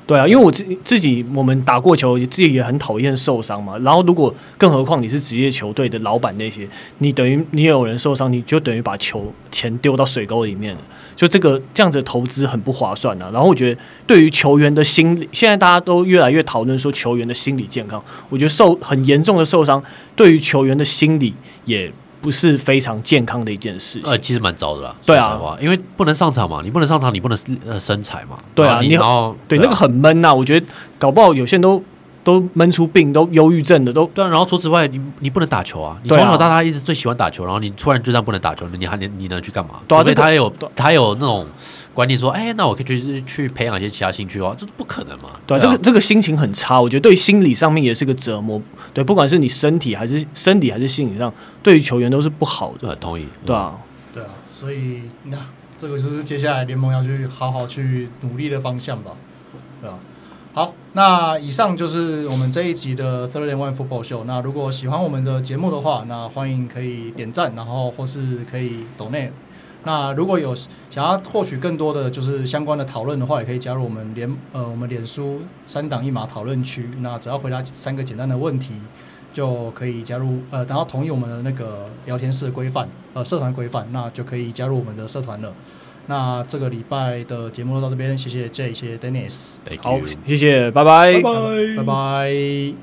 Speaker 2: 对啊，因为我自自己我们打过球，自己也很讨厌受伤嘛。然后如果更何况你是职业球队的老板那些，你等于你有人受伤，你就等于把球钱丢到水沟里面了。就这个这样子的投资很不划算啊。然后我觉得对于球员的心理，现在大家都越来越讨论说球员的心理健康，我觉得受很严重的受伤对于球员的心理也不是非常健康的一件事情。
Speaker 3: 呃，其实蛮糟的啦。
Speaker 2: 对啊
Speaker 3: 说实话，因为不能上场嘛，你不能上场，你不能呃身材嘛。
Speaker 2: 对啊
Speaker 3: 然后你
Speaker 2: 你
Speaker 3: 然后
Speaker 2: 对，
Speaker 3: 啊
Speaker 2: 那个很闷呐、我觉得搞不好有些人都都闷出病，都忧郁症的都。
Speaker 3: 对啊，然后除此之外，你你不能打球啊！你
Speaker 2: 对
Speaker 3: 从
Speaker 2: 啊
Speaker 3: 小到大一直最喜欢打球，然后你突然就这样不能打球，你还你你能去干嘛？
Speaker 2: 对啊
Speaker 3: 除非
Speaker 2: 这个
Speaker 3: 他有
Speaker 2: 对啊
Speaker 3: 他有那种观念说，哎，那我可以去去培养一些其他兴趣哦，这不可能嘛？
Speaker 2: 对、啊，这个这个心情很差，我觉得对心理上面也是个折磨。对，不管是你身体还是身体还是心理上，对于球员都是不好的。
Speaker 3: 呃同意，
Speaker 2: 对啊，
Speaker 1: 对啊，所以那这个就是接下来联盟要去好好去努力的方向吧，对啊。好，那以上就是我们这一集的 Third and One Football Show。那如果喜欢我们的节目的话，那欢迎可以点赞，然后或是可以 donate。那如果有想要获取更多的就是相关的讨论的话，也可以加入我们联呃我们脸书三档一码讨论区。那只要回答三个简单的问题，就可以加入呃，然后同意我们的那个聊天室的规范，呃，社团规范，那就可以加入我们的社团了。那这个礼拜的节目就到这边，谢谢 J，谢谢 Dennis，
Speaker 3: Thank
Speaker 2: 好
Speaker 3: you，
Speaker 2: 谢谢，拜拜
Speaker 1: 拜拜。